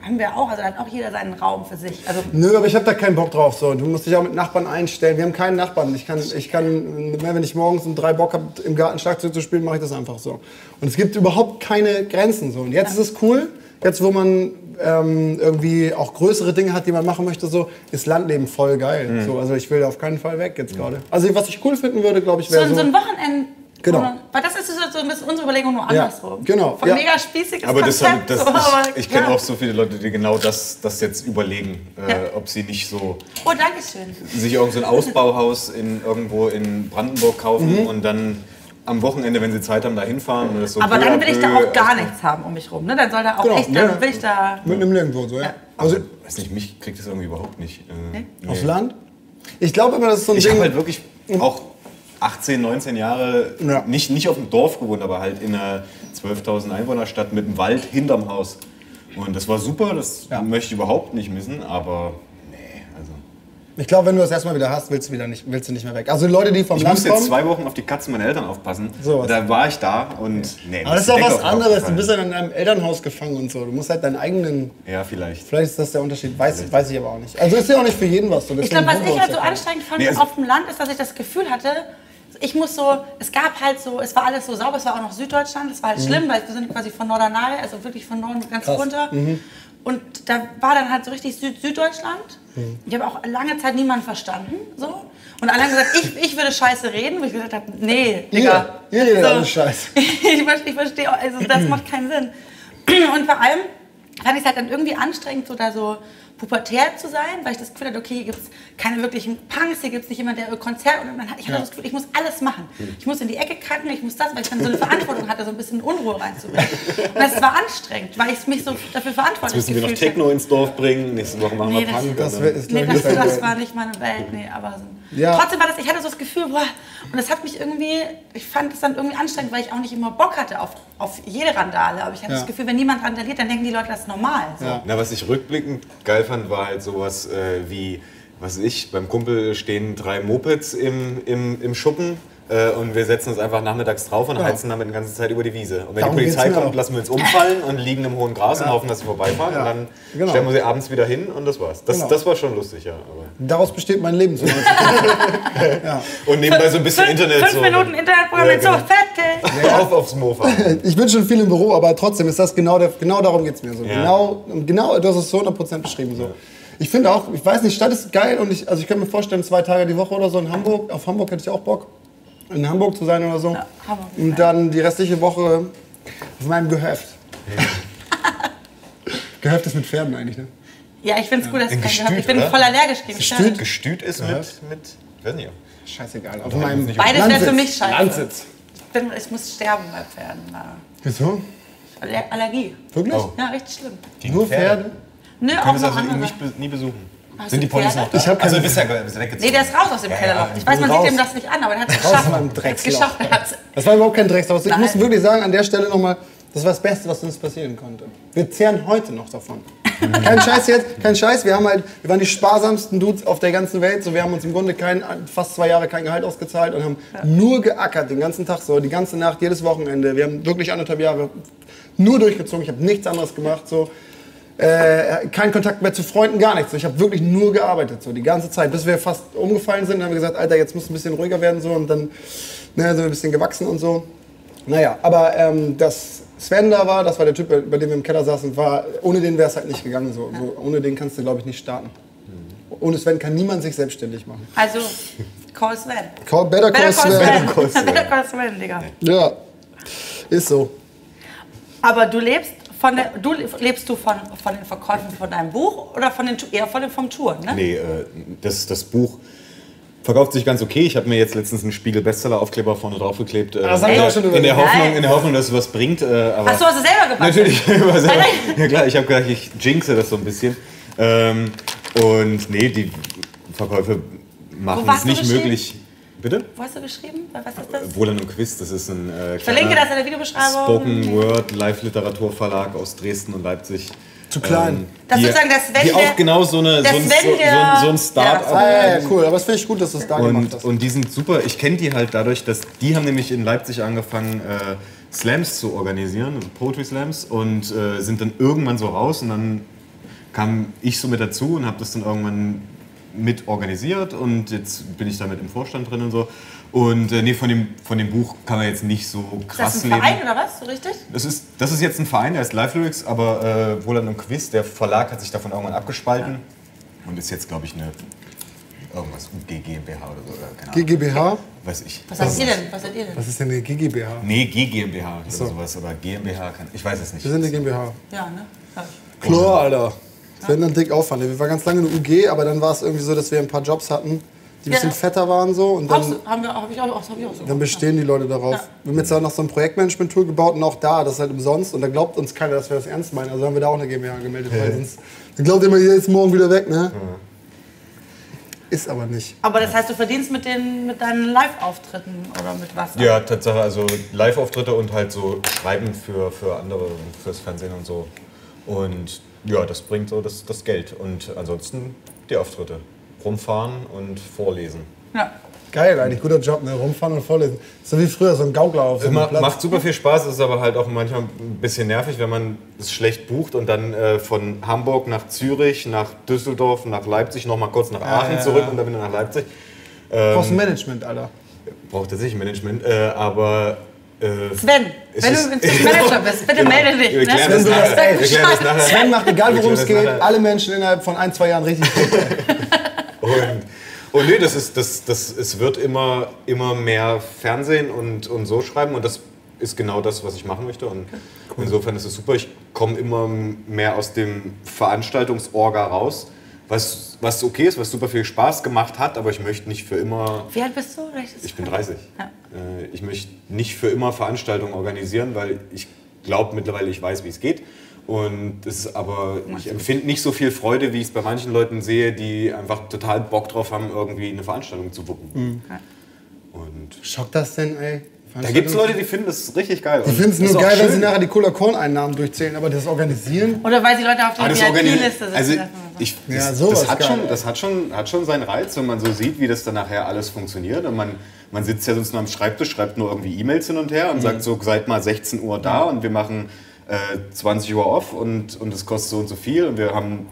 haben wir auch, also da hat auch jeder seinen Raum für sich. Also
Nö, aber ich habe da keinen Bock drauf. So. Du musst dich auch mit Nachbarn einstellen. Wir haben keinen Nachbarn. Ich kann, ich kann mehr, wenn ich morgens um drei Bock habe, im Garten Schlagzeug zu spielen, mache ich das einfach so. Und es gibt überhaupt keine Grenzen. So. Und jetzt ist es cool, jetzt wo man ähm, irgendwie auch größere Dinge hat, die man machen möchte, so, ist Landleben
Mhm.
voll geil. So, also ich will da auf keinen Fall weg jetzt gerade. Also was ich cool finden würde, glaube ich,
so,
wäre
so
so,
ein Wochenend.
Genau.
Ohne- Weil das ist so ein bisschen unsere Überlegung nur
Ja,
andersrum.
genau,
Von
ja.
mega spießiges
Aber das,
Konzept.
haben, das
[LAUGHS] so, aber
ich, ich kenne
ja.
auch so viele Leute, die genau das, das jetzt überlegen, äh,
Ja.
ob sie nicht so
Oh, danke schön.
sich irgend so ein Ausbauhaus in, irgendwo in Brandenburg kaufen
Mhm.
und dann am Wochenende, wenn sie Zeit haben, da hinfahren. Und das so
Aber
peu à
dann will ich da
peu
auch gar nichts haben um mich rum. Ne? Dann soll da auch
Genau,
echt, dann
ja.
will ich da.
Mitten im Nirgendwo so, ja. Also
Weiß nicht, mich kriegt das irgendwie überhaupt nicht. Äh, nee.
aufs Land? Ich glaube immer, das ist so ein
Ich
Ding.
habe halt wirklich auch 18, 19 Jahre
Ja.
nicht, nicht auf dem Dorf gewohnt, aber halt in einer 12.000 Einwohnerstadt mit einem Wald hinterm Haus. Und das war super, das
Ja.
möchte ich überhaupt nicht missen, aber nee, also.
Ich glaube, wenn du das erstmal wieder hast, willst du wieder nicht, willst du nicht mehr weg. Also Leute, die vom
Ich
Land
musste
kommen.
jetzt zwei Wochen auf die Katzen meiner Eltern aufpassen.
Sowas.
Da war ich da und nee,
aber das ist
die
doch
Decke
was
auf den Kopf
anderes. Du
gefallen.
bist dann in deinem Elternhaus gefangen und so. Du musst halt deinen eigenen.
Ja, vielleicht.
Vielleicht ist das der Unterschied. Weiß, weiß ich aber auch nicht. Also ist ja auch nicht für jeden was. So.
Ich glaube, was ich halt so
anstrengend.
anstrengend fand
Nee, also-
auf dem Land, ist, dass ich das Gefühl hatte, ich muss so, es gab halt so, es war alles so sauber, es war auch noch Süddeutschland, es war halt schlimm, weil wir sind quasi von Norderney, also wirklich von Norden ganz
Mhm. Krass. Mhm.
runter. Und da war dann halt so richtig Süd Süddeutschland.
Mhm.
Ich habe auch lange Zeit niemanden verstanden. So. Und alle haben gesagt, ich, ich würde scheiße reden, wo ich gesagt habe, nee, Digga.
Ihr- ihr redet alle Scheiße.
[LAUGHS] ich verstehe, ich verstehe auch, also das macht keinen Sinn. [CLEARS THROAT] Und vor allem fand ich es halt dann irgendwie anstrengend, so da so pubertär zu sein, weil ich das Gefühl hatte, okay, hier gibt es keine wirklichen Punks, hier gibt es nicht jemanden, der Konzert und man hat, ich hatte das Gefühl, ich muss alles machen.
Hm.
Ich muss in die Ecke kacken, ich muss das, weil ich dann so eine Verantwortung hatte, so ein bisschen Unruhe reinzubringen. Und das war anstrangend, weil ich mich so dafür verantwortlich
Müssen wir noch
gefühlt habe.
Techno ins Dorf bringen, nächste Woche machen
Nee,
wir
das-
Punk.
Das
und
wär-
dann-
ist,
Nee,
glaub ich,
das,
nicht dein
das
Ding.
war nicht meine Welt. Nee, aber so.
Ja.
Trotzdem war das, ich hatte so das Gefühl, boah, und das hat mich irgendwie, ich fand es dann irgendwie anstrengend, weil ich auch nicht immer Bock hatte auf, auf jede Randale. Aber ich hatte
Ja.
das Gefühl, wenn niemand randaliert, dann denken die Leute, das ist normal. So.
Ja.
Na, was ich rückblickend geil fand, war halt sowas äh, wie, was weiß ich, beim Kumpel stehen drei Mopeds im, im, im Schuppen äh, und wir setzen uns einfach nachmittags drauf und heizen damit die ganze Zeit über die Wiese. Und wenn
Darum
die Polizei
geht's mir
kommt,
auch.
lassen wir uns umfallen und liegen im hohen Gras und hoffen, dass sie vorbeifahren.
Ja.
Und dann
Genau.
stellen wir sie abends wieder hin und das war's. Das,
Genau.
das war schon lustig, ja. Aber
Daraus besteht mein Leben. zu 90.
und nebenbei so ein bisschen
fünf,
Internet.
Fünf
so.
Minuten Internetprogramm mit
Ja,
so fertig.
genau.
[LAUGHS]
Auf aufs Mofa.
ich bin schon viel im Büro, aber trotzdem ist das genau, der, genau darum geht es mir so.
Ja.
Genau, genau, du hast es zu 100% beschrieben so. Ich finde auch, ich weiß nicht, Stadt ist geil und ich, also ich könnte mir vorstellen, zwei Tage die Woche oder so in Hamburg, auf Hamburg hätte ich auch Bock, in Hamburg zu sein oder so.
Ja, Hamburg ist
und
geil.
dann die restliche Woche auf meinem Gehöft. [LAUGHS] Gehöft ist mit Pferden eigentlich, ne?
Ja, ich finde es gut, dass
Ein
ich keinen
Gestüt,
gehabt Ich bin
oder?
voll allergisch gegen
Gestüt?
Pferde.
Gestüt ist mit, mit, weiß nicht,
Scheißegal, auf meinem
nicht
Beides wäre
Landsitz.
für mich scheiße.
Landsitz.
Ich, bin, ich muss sterben bei Pferden. Na,
Wieso?
Aller Allergie.
Wirklich?
Oh.
Ja, richtig schlimm.
gegen
Nur Pferde?
Nö, auch
Könntest
noch
also
andere.
nicht, be- nie besuchen.
Hast
Sind
du
die Ponys
Pferde?
noch da?
Ich hab keine-
also du bist ja du bist weggezogen.
Nee, der ist raus aus dem
Ja,
Kellerloch.
ja,
Ich weiß, man
raus.
sieht ihm das nicht an, aber der hat es
Raus
geschafft.
aus meinem
Er hat's
Drecksloch.
geschafft. Er hat's.
Das war überhaupt kein Dreckshaus. Ich
Nein.
muss wirklich sagen, an der Stelle nochmal, das war das Beste, was uns passieren konnte. Wir zehren heute noch davon. kein Scheiß jetzt, kein Scheiß. Wir haben halt, wir waren die sparsamsten Dudes auf der ganzen Welt. So, wir haben uns im Grunde kein, fast zwei Jahre kein Gehalt ausgezahlt und haben nur geackert den ganzen Tag so, die ganze Nacht, jedes Wochenende. Wir haben wirklich anderthalb Jahre nur durchgezogen. Ich habe nichts anderes gemacht so. Äh, kein Kontakt mehr zu Freunden, gar nichts. So, Ich habe wirklich nur gearbeitet, so die ganze Zeit, bis wir fast umgefallen sind. Dann haben wir gesagt, Alter, jetzt muss ein bisschen ruhiger werden so und dann ne, sind wir ein bisschen gewachsen und so. Naja, aber ähm, dass Sven da war, das war der Typ, bei bei dem wir im Keller saßen, war, ohne den wäre es halt nicht gegangen. So. So, ohne den kannst du, glaube ich, nicht starten. Ohne Sven kann niemand sich selbstständig machen.
Also, call Sven.
Call, better call,
Better
Sven.
call Sven. [LAUGHS] Better call Sven, Digga.
Ja, ist so.
Aber du lebst von der, du lebst du von, von den Verkäufen von deinem Buch oder von den Tu- eher von den vom Tour, ne?
Nee, äh, das, das Buch verkauft sich ganz okay. Ich habe mir jetzt letztens einen Spiegel-Bestseller-Aufkleber vorne draufgeklebt. Äh,
Ah,
das hab ich auch schon
in, der
überlegt.
Hoffnung,
Nice.
in der Hoffnung, dass es was bringt. Äh, aber [LAUGHS]
Ach so, hast du selber gebastelt?
Natürlich. war selber-
Nein,
ja klar, ich habe gedacht, ich jinxe das so ein bisschen. Ähm, und nee, die Verkäufe machen
Wo hast
es
du
nicht
geschrieben?
möglich. Bitte?
Wo hast du geschrieben? Bei Was ist das?
Wohlan und Quiz, das ist ein äh,
Verlinke
kleiner
das in der Videobeschreibung.
Spoken Word Live-Literaturverlag aus Dresden und Leipzig.
Zu klein.
Das
die,
ist sozusagen das Sven
die
der-
auch genau so, eine, so,
der
ein, so,
Sven
so,
der-
ein- so ein Start-up.
Ah, ja, ja, cool, aber das finde ich gut, dass du es da gemacht
Und,
hast.
und die sind super. Ich kenne die halt dadurch, dass die haben nämlich in Leipzig angefangen, äh, Slams zu organisieren, also Poetry Slams, und äh, sind dann irgendwann so raus. Und dann kam ich so mit dazu und habe das dann irgendwann mit organisiert. Und jetzt bin ich damit im Vorstand drin und so. Und äh, nee, von dem, von dem Buch kann man jetzt nicht so
Ist das
krass
ein
leben.
Verein oder was? So richtig?
Das ist, das ist jetzt ein Verein, der ist Live Lyrics, aber äh, Wohlan und Quiz, der Verlag hat sich davon irgendwann abgespalten und ist jetzt, glaube ich, eine irgendwas UGGmbH oder so, oder keine Ahnung.
GGBH?
Weiß ich.
Was seid ihr denn? Was seid ihr denn?
Was ist denn eine GGBH?
Nee, GmbH oder sowas. Oder GmbH kann. Ich weiß es nicht.
Wir sind eine GmbH.
Ja, ne? Sag ich.
Klar, Alter. Wenn dann dick Aufwand. Wir waren ganz lange eine UG, aber dann war es irgendwie so, dass wir ein paar Jobs hatten, die
Ja.
ein bisschen fetter waren so. Und
Auch
dann,
so- Haben wir, hab ich auch, auch- hab ich auch so.
dann bestehen die Leute darauf. Wir haben jetzt auch noch so ein Projektmanagement-Tool gebaut und auch da, das ist halt umsonst. Und da glaubt uns keiner, dass wir das ernst meinen. Also haben wir da auch eine GmbH gemeldet. Weil sonst, dann glaubt immer, ihr ist morgen wieder weg, ne? Ist aber nicht.
Aber das heißt, du verdienst mit, den, mit deinen Live-Auftritten oder mit was?
Ja, Tatsache, also Live-Auftritte und halt so Schreiben für, für andere, fürs Fernsehen und so. Und ja, das bringt so das, das Geld. Und ansonsten die Auftritte. Rumfahren und vorlesen.
Ja.
Geil, eigentlich guter Job, ne? Rumfahren und vorlesen. So wie früher, so ein Gaukler auf so einem
Ma
Platz.
macht super viel Spaß, ist aber halt auch manchmal ein bisschen nervig, wenn man es schlecht bucht und dann äh, von Hamburg nach Zürich, nach Düsseldorf, nach Leipzig, nochmal kurz nach Aachen
ja,
zurück
ja.
und dann wieder nach Leipzig.
Brauchst ein Management, Alter.
Braucht tatsächlich Management, äh, aber. Äh,
Sven,
Es
wenn du
ist- Genau.
inzwischen Manager bist, bitte melde dich.
Wir
Ne?
klären das
Sven,
nachher.
Sven,
Wir klären das nachher.
Sven macht, egal worum es
Ich glaub, das
geht,
war-
alle Menschen innerhalb von ein, zwei Jahren richtig fit.
Und, und nee, das ist, das, das, es wird immer, immer mehr Fernsehen und, und so schreiben und das ist genau das, was ich machen möchte. Und insofern ist es super. Ich komme immer mehr aus dem Veranstaltungsorga raus, was, was okay ist, was super viel Spaß gemacht hat, aber ich möchte nicht für immer.
Wie alt bist du? Vielleicht ist-
Ich bin 30.
Ja.
Äh, Ich möchte nicht für immer Veranstaltungen organisieren, weil ich glaube mittlerweile, ich weiß, wie es geht. Und es ist aber, ich empfinde nicht so viel Freude, wie ich es bei manchen Leuten sehe, die einfach total Bock drauf haben, irgendwie eine Veranstaltung zu wuppen. Und
[LAUGHS] Schockt das denn, ey?
da gibt es Leute, die finden das richtig geil.
Ich finde es nur geil, wenn sie nachher die Cola Korn Einnahmen durchzählen, aber das organisieren.
Oder weil die Leute auf der
alles
VIP-Liste sitzen.
organisiert. Also,
das ist
ich,
Ja,
das,
sowas
das, hat
geil.
schon, das hat, schon, hat schon seinen Reiz, wenn man so sieht, wie das dann nachher alles funktioniert. Und man, man sitzt ja sonst nur am Schreibtisch, schreibt nur irgendwie E-Mails hin und her
Mhm.
und sagt so, seid mal 16 Uhr da und wir machen äh, 20 Uhr off und, und es kostet so und so viel. Und wir haben,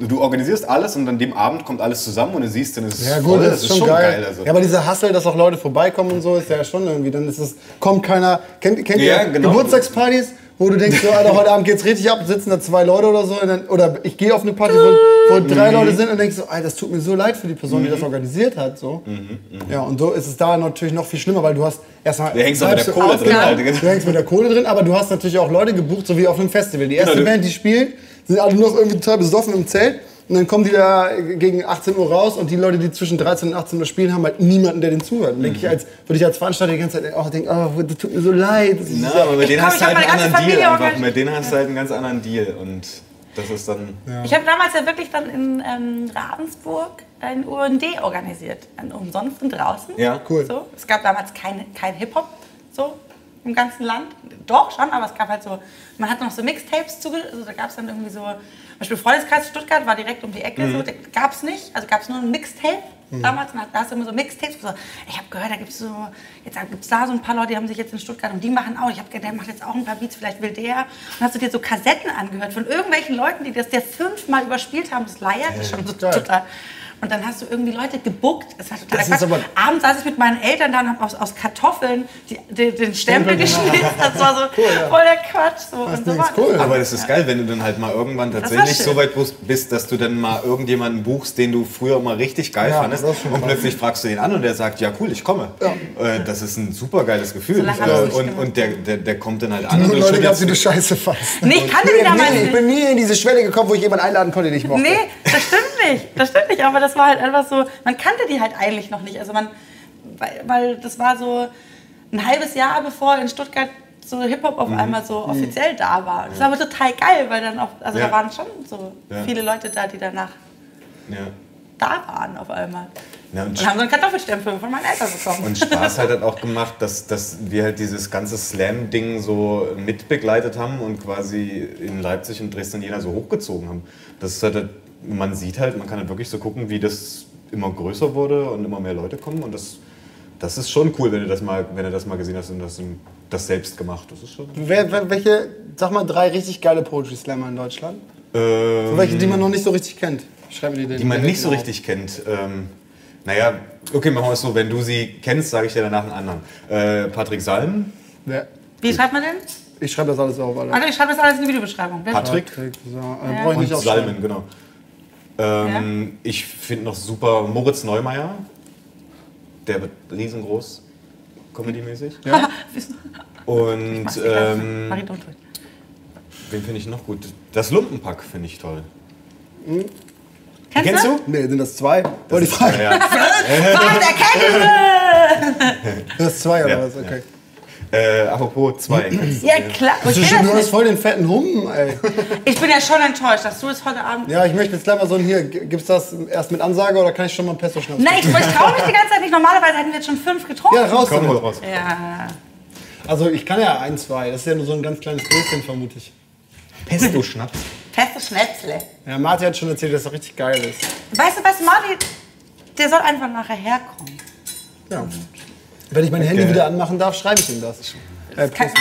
du organisierst alles und an dem Abend kommt alles zusammen und du siehst, dann ist es
Ja,
voll.
gut, das ist schon geil.
also.
Ja, aber dieser Hassel, dass auch Leute vorbeikommen und so, ist ja schon irgendwie. Dann ist es, kommt keiner. Kennt, kennt
Ja,
ihr
genau.
Geburtstagspartys, wo du denkst, so, Alter, heute Abend geht's richtig ab, sitzen da zwei Leute oder so. Und dann, oder ich gehe auf eine Party, wo, wo
Mhm.
drei Leute sind und denkst so, Alter, das tut mir so leid für die Person, die das organisiert hat. So.
Mhm,
Ja, und so ist es da natürlich noch viel schlimmer, weil du hast erstmal.
da hängst du mit der Kohle drin, halt, genau.
Ausgaben.
Alter.
Du hängst mit der Kohle drin, aber du hast natürlich auch Leute gebucht, so wie auf einem Festival. Die erste
Genau, du-
Band, die spielt, sind alle nur noch irgendwie total besoffen im Zelt. Und dann kommen die da gegen 18 Uhr raus und die Leute, die zwischen 13 und 18 Uhr spielen, haben halt niemanden, der denen zuhört. Dann
Mhm.
denke ich, als würde ich als Veranstalter die ganze Zeit auch denken, oh, das tut mir so leid. Das ist
Na, aber mit denen
komm,
hast
ich
du
hab
halt einen
meine ganze
anderen Deal.
Familie
Einfach.
organisiert.
Mit denen hast du halt einen ganz anderen Deal. Und das ist dann.
Ich habe damals ja wirklich dann in ähm, Ravensburg ein UND organisiert. Ein umsonst und draußen.
Ja,
cool.
So. Es gab damals kein, kein Hip-Hop so im ganzen Land. Doch schon, aber es gab halt so, man hat noch so Mixtapes zuge... Also da gab es dann irgendwie so, zum Beispiel Freundeskreis Stuttgart war direkt um die Ecke,
Mhm.
so, da gab es nicht, also gab es nur ein Mixtape damals. Und da hast du immer so Mixtapes. So, ich habe gehört, da gibt es so, jetzt gibt es da so ein paar Leute, die haben sich jetzt in Stuttgart und die machen auch, ich habe gedacht, der macht jetzt auch ein paar Beats, vielleicht will der. Und hast du dir so Kassetten angehört von irgendwelchen Leuten, die das der fünfmal überspielt haben, das leiert mich schon so
geil.
total. Und dann hast du irgendwie Leute gebuckt. Es war total
Das ist
Quatsch.
aber-
Abends saß ich mit meinen Eltern da und habe aus, aus Kartoffeln die, die, den Stempel geschnitzt. Das war so voll der Quatsch. So.
Das
Und
ist
so
nix
war-
cool.
Aber das ist geil, wenn du dann halt mal irgendwann tatsächlich
schön.
so weit bus- bist, dass du dann mal irgendjemanden buchst, den du früher mal richtig geil
Ja,
fandest.
das ist schon
Und
krass.
plötzlich fragst du den an und der sagt, ja cool, ich komme. Äh, das ist ein super geiles Gefühl. Äh,
lange hat das nicht
und
gemacht.
und der, der, der kommt dann halt an.
Nur
und
Leute
schüttelt-
gab, die du scheiße fandst.
Nee, ich kannte die damals
ich bin nie in diese Schwelle gekommen, wo ich jemanden einladen konnte, den ich mochte.
Nee, das stimmt nicht. Das stimmt nicht. Aber das war halt einfach so, man kannte die halt eigentlich noch nicht. Also man, weil, weil das war so ein halbes Jahr, bevor in Stuttgart so Hip-Hop auf einmal so offiziell da war. Das war aber total geil, weil dann auch, also
Ja.
da waren schon so
Ja.
viele Leute da, die danach
ja.
da waren auf einmal.
Ja, und
Und haben so einen Kartoffelstempel von meinen Eltern bekommen.
Und Spaß halt hat auch gemacht, dass, dass wir halt dieses ganze Slam-Ding so mitbegleitet haben und quasi in Leipzig und Dresden und Jena so hochgezogen haben. Das ist halt, man sieht halt, man kann halt wirklich so gucken, wie das immer größer wurde und immer mehr Leute kommen und das, das ist schon cool, wenn du das mal, wenn du das mal gesehen hast und das, das selbst gemacht. Das ist schon.
Wer, wer, welche, sag mal, drei richtig geile Poetry Slammer in Deutschland?
Ähm,
Welche, die man noch nicht so richtig kennt. Schreib mir die
die man nicht so richtig kennt. Ähm, naja, okay, machen wir es so. Wenn du sie kennst, sage ich dir danach einen anderen. Äh, Patrick Salm.
Ja.
Wie schreibt man denn?
Ich schreibe
Ah,
das alles auf, Alter.
Warte, ich schreibe das alles in die Videobeschreibung. Wer-
Patrick.
Patrick, so, äh, brauch ich
Und
nicht aufschreiben.
Salmen, genau. Ähm, Ich finde noch super Moritz Neumeier. Der wird riesengroß, comedy-mäßig. Und ähm,
Marie Dontun.
wen finde ich noch gut? Das Lumpenpack finde ich toll.
Kennst du?
Nee, sind das zwei? Hm? Wollte ich fragen.
Ja, ja. [LAUGHS]
Mann, der kennt
Sind das zwei oder
Ja,
was? Okay.
äh, apropos
[CLEARS THROAT]
zwei.
ihn! Ja, klar. Ich
Du,
kenn
du
das
hast
nicht.
voll den fetten Humpen, ey.
Ich bin ja schon enttäuscht, dass du es heute Abend.
Ja, ich möchte jetzt gleich mal so ein hier. g- Gibt's das erst mit Ansage oder kann ich schon mal ein Pesto schnappen?
Nein, ich, ich traue mich die ganze Zeit nicht. Normalerweise hätten wir jetzt schon fünf getrunken.
Ja, raus
Komm mal
damit.
raus.
Ja.
Also ich kann ja ein, zwei. Das ist ja nur so ein ganz kleines Gläschen, vermute ich.
Pesto Schnaps.
Feste Schnetzle.
Ja, Martin hat schon erzählt, dass das richtig geil ist.
Weißt du was, Martin? Der soll einfach nachher herkommen.
Ja. Wenn ich mein Handy
Okay.
wieder anmachen darf, schreibe ich ihm das. Äh,
Kann,
Prost.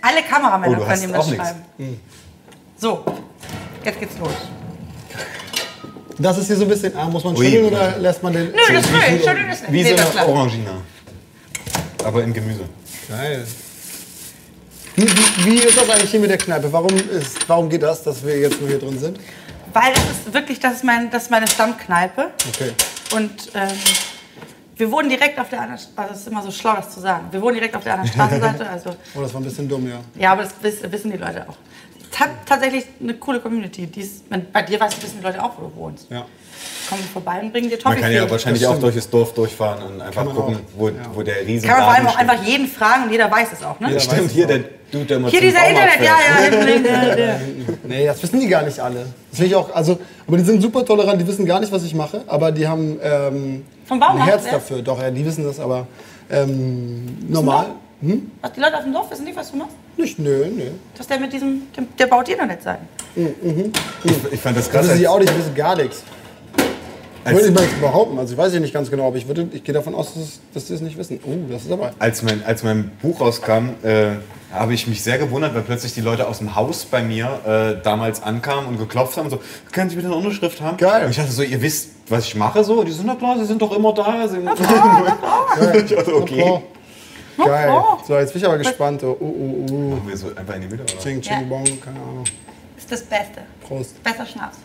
alle Kameramänner
Oh, du
können
hast
ihm das
auch nichts. Hm.
schreiben. So, jetzt geht's los.
das ist hier so ein bisschen. Ah, muss man
Ui.
schütteln oder lässt man den.
Nö, das will ich. Schön, das nicht.
Wie
Nee,
so
das
eine
lass.
Orangina. Aber in Gemüse.
Geil. Wie, wie, wie ist das eigentlich hier mit der Kneipe? Warum, ist, warum geht das, dass wir jetzt nur hier drin sind?
oh.
Weil das ist wirklich, das ist, mein, das ist meine Stammkneipe.
Okay.
Und ähm, wir wohnen direkt auf der anderen Straße, also es ist immer so schlau, das zu sagen. Wir wohnen direkt auf der anderen
[LAUGHS]
Straßenseite, also
Oh, das war ein bisschen dumm, ja.
ja, aber das wiss- wissen die Leute auch. Es hat tatsächlich eine coole Community. Die ist, man, bei dir weißt du, wissen die Leute auch, wo du wohnst.
Ja.
Kommen vorbei und bringen dir
Man kann ja
Toffifee.
wahrscheinlich
Das
auch
stimmt.
durch das Dorf durchfahren und einfach
man
gucken,
auch.
wo,
Ja.
wo der riesen
Kann man vor allem auch
steht.
einfach jeden fragen und jeder weiß es auch, ne?
Ja,
weiß
stimmt,
es
hier
auch.
der Dude, der mal
Hier
zum
dieser
Baumarkt
Internet, ja,
fährt.
ja, hinten links, ja, ja.
[LAUGHS]
Nee, das wissen die gar nicht alle. Das will ich auch, also, aber die sind super tolerant, die wissen gar nicht, was ich mache, aber die haben ähm,
Vom Baumarkt, ne?
ein Herz
ja?
dafür. Doch, ja, die wissen das, aber ähm, normal.
Was die Leute auf dem Dorf wissen nicht, was du machst?
Nicht, nö, nö.
Dass der mit diesem, der, der baut Internet sein.
Ich, ich fand das
Das
krass.
wissen
Als,
die Also, auch nicht, die wissen gar nichts. Würde
als,
ich mal jetzt behaupten, also ich weiß ja nicht ganz genau, aber ich, würde, ich gehe davon aus, dass, es- dass die es nicht wissen. Oh, das ist aber.
als, mein, als mein Buch rauskam, äh, habe ich mich sehr gewundert, weil plötzlich die Leute aus dem Haus bei mir äh, damals ankamen und geklopft haben und so, können Sie bitte eine Unterschrift haben?
Geil.
Und ich dachte so, ihr wisst, was ich mache so? Und die so, na klar, Sie sind doch immer da. Sie [LAUGHS] ich dachte, okay.
Oh, Geil.
Oh.
So, jetzt bin ich aber gespannt. Oh, oh, oh. oh.
Machen wir so einfach in die Mitte, oder?
Ching, ching, bong, keine Ahnung.
Ist das Beste.
Prost.
Besser Schnaps.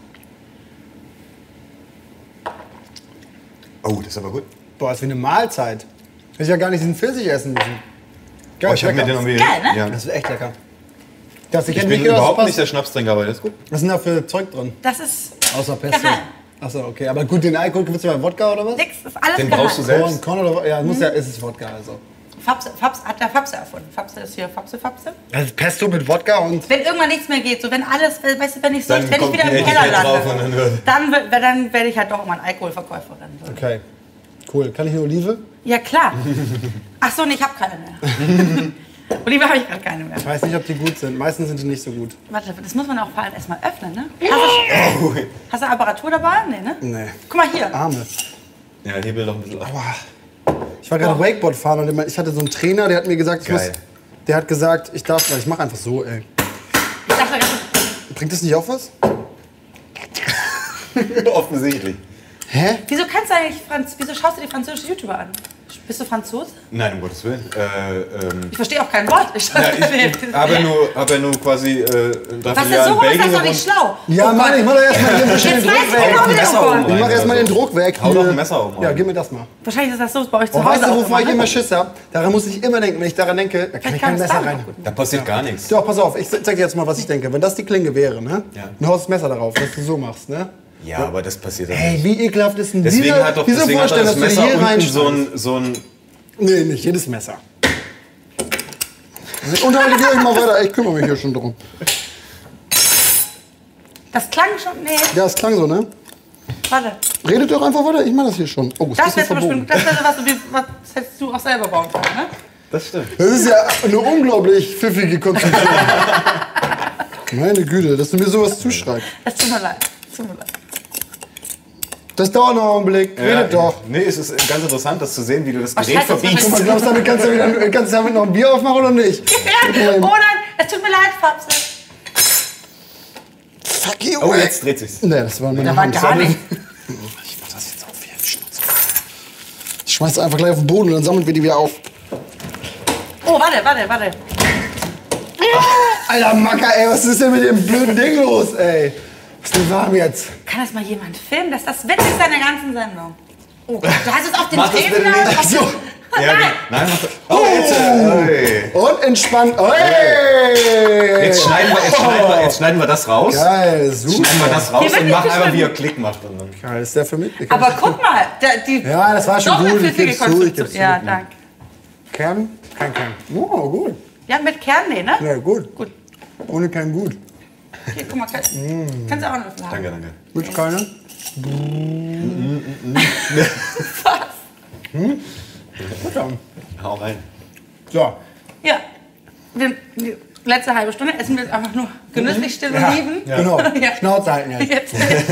Oh, das ist aber gut.
Boah, ist wie eine Mahlzeit. Hätte ich ja gar nicht diesen Pfirsich essen müssen. Geil,
Oh, ich habe mir
lecker.
den irgendwie...
Geil, ne?
ja.
Das ist echt lecker. Das, ich,
Ich
hätte
bin
nicht gedacht,
überhaupt
das
nicht der Schnapstrinker, aber das ist gut.
passt. Was ist denn da für Zeug drin?
Das ist
Außer Pesto.
Geheim.
Achso, okay. Aber gut, den Alkohol gibt's ja bei Wodka oder was?
nix, ist alles
Den
geheim.
brauchst du
Korn,
selbst.
Korn oder Wodka? Ja, muss ja, ist es Wodka also.
Fabse, Fabse hat der Fabse erfunden. Fabse ist hier Fabse, Fabse.
Also Pesto mit Wodka und.
Wenn irgendwann nichts mehr geht, so wenn alles, weißt du, wenn ich, so,
Dann
wenn ich
kommt
wieder
ein
im Keller
Etikett drauf und dann
lande,
wird-
dann, wi- dann werde ich halt doch irgendwann Alkoholverkäuferin. So.
Okay. Cool. Kann ich eine Olive?
Ja, klar. Ach so, nee, ich habe keine mehr. Oliver habe ich gerade keine mehr.
Ich weiß nicht, ob die gut sind. Meistens sind die nicht so gut.
Warte, das muss man auch vor allem erstmal öffnen, ne? Hast du, hast du Apparatur dabei? Nee, ne?
Nee.
Guck mal hier.
Ah.
Arme.
Ja, hebel doch ein bisschen ab.
Boah. Ich war gerade Wakeboard fahren und immer- ich hatte so einen Trainer, der hat mir gesagt, ich
Geil.
muss. Der hat gesagt, ich darf. Ich mache einfach so, ey.
Ich dachte, das ist-
Bringt das nicht auch was?
[LAUGHS] Oh Offensichtlich.
Hä?
Wieso kannst du eigentlich Franz wieso schaust du dir französische YouTuber an? Bist du Franzose?
Nein, um Gottes Willen. Äh, ähm,
Ich verstehe auch kein Wort. Ich
ja,
[LAUGHS]
ich ich habe nur, hab ja nur quasi äh, ein
Was ist
Dreivierteljahr in
so ist das
Belgien
doch nicht
gewohnt.
schlau.
Ja,
Oh
Mann,
Gott.
ich mach doch erstmal hier ein bisschen
Jetzt
den
weiß
Druck
ich
weg.
auch wieder
Messer
von.
oben
Ich
rein
mach
oder
erstmal
so.
den Druck weg.
Hau doch ein
Hier.
Messer Oh, oben
Ja,
rein.
gib mir das mal.
Wahrscheinlich ist das so bei euch zu
Und
Hause
weißt du,
auch
wovor ich
ne?
immer Schiss hab? Daran muss ich immer denken. Wenn ich daran denke, da kann ich
kann
kein
das
Messer
sein.
rein.
Da passiert gar nichts.
Doch, pass auf, ich zeig dir jetzt mal, was ich denke. Wenn das die Klinge wäre, ne?
Ja.
Dann haust du das Messer darauf, dass du so machst, ne?
Ja, aber das passiert dann
Ey,
nicht.
wie ekelhaft ist denn
Deswegen
dieser,
hat doch
diese
deswegen hat er
Vorstellung,
das
dass du die hier
Messer unten
rein
so ein, so ein.
Nee, nicht jedes Messer. Unterhaltet ihr euch mal weiter, ich kümmere mich hier schon drum.
Das klang schon. Nee,
Ja, es klang so, ne?
warte.
Redet doch einfach weiter, ich mach das hier schon. Oh,
Das
das
wäre
ist
zum Beispiel,
verbogen.
das wäre was, wie- was hättest du auch selber bauen können, ne?
Das stimmt.
Das ist ja eine unglaublich pfiffige Konstruktion. Meine Güte, dass du mir sowas zuschreibst.
Das tut mir leid. Das tut mir leid.
Das dauert noch einen Augenblick. Redet
Ja,
doch.
Nee, es ist ganz interessant, das zu sehen, wie du das
Oh,
Gerät
scheiße, das war
verbiegst.
Guck mal, glaubst du, damit kannst du, wieder, kannst du damit noch ein Bier aufmachen oder nicht?
[LAUGHS] Ja, oh nein, es tut mir leid, Fabse.
Fuck you,
Oh,
ey.
jetzt dreht
[LAUGHS]
sich's.
Nee, das war meine
Da war
Hand.
gar nichts.
Ich mach das jetzt auf hier. Schnauze. Ich schmeiß das einfach gleich auf den Boden und dann sammeln wir die wieder auf.
Oh, warte, warte, warte.
Alter Macker, ey, was ist denn mit dem blöden Ding los, ey? Ist nicht warm jetzt.
Kann das mal jemand filmen? Das ist das Witzigste an der ganzen Sendung. Oh, du hast es auf den
Mach das bitte
Themen
nicht.
auf
So.
Ja, genau. Nein, mach das. Oh, jetzt. Hey.
Und entspannt. Hey!
Jetzt schneiden, wir, jetzt, schneiden wir, jetzt schneiden wir das raus.
Geil, super.
Schneiden wir das raus
Hier wird
und
nicht
machen einfach, wie
geschnitten.
er Klick macht. Und dann.
Geil, ist der für mich.
Aber guck mal, da, die
Ja, das war schon
doppelt
gut, ich
pfiffige
geb's zu, ich ne? geb's
Konstruktion.
zu.
Ja, danke.
Kern? Kein Kern. Oh, gut.
Ja, mit Kernnähe, ne?
Ja, gut.
Gut.
Ohne kein Gut.
Hier, guck mal, kann,
Mm.
kannst du auch noch haben. [LAUGHS]
Danke, danke.
Mit keiner?
Hau rein.
So.
Ja. Wir, die letzte halbe Stunde essen wir jetzt einfach nur
Mhm.
genüsslich still und
Ja,
lieben.
Genau.
[LAUGHS] Ja.
Schnauze halten
halt.
jetzt.
Jetzt,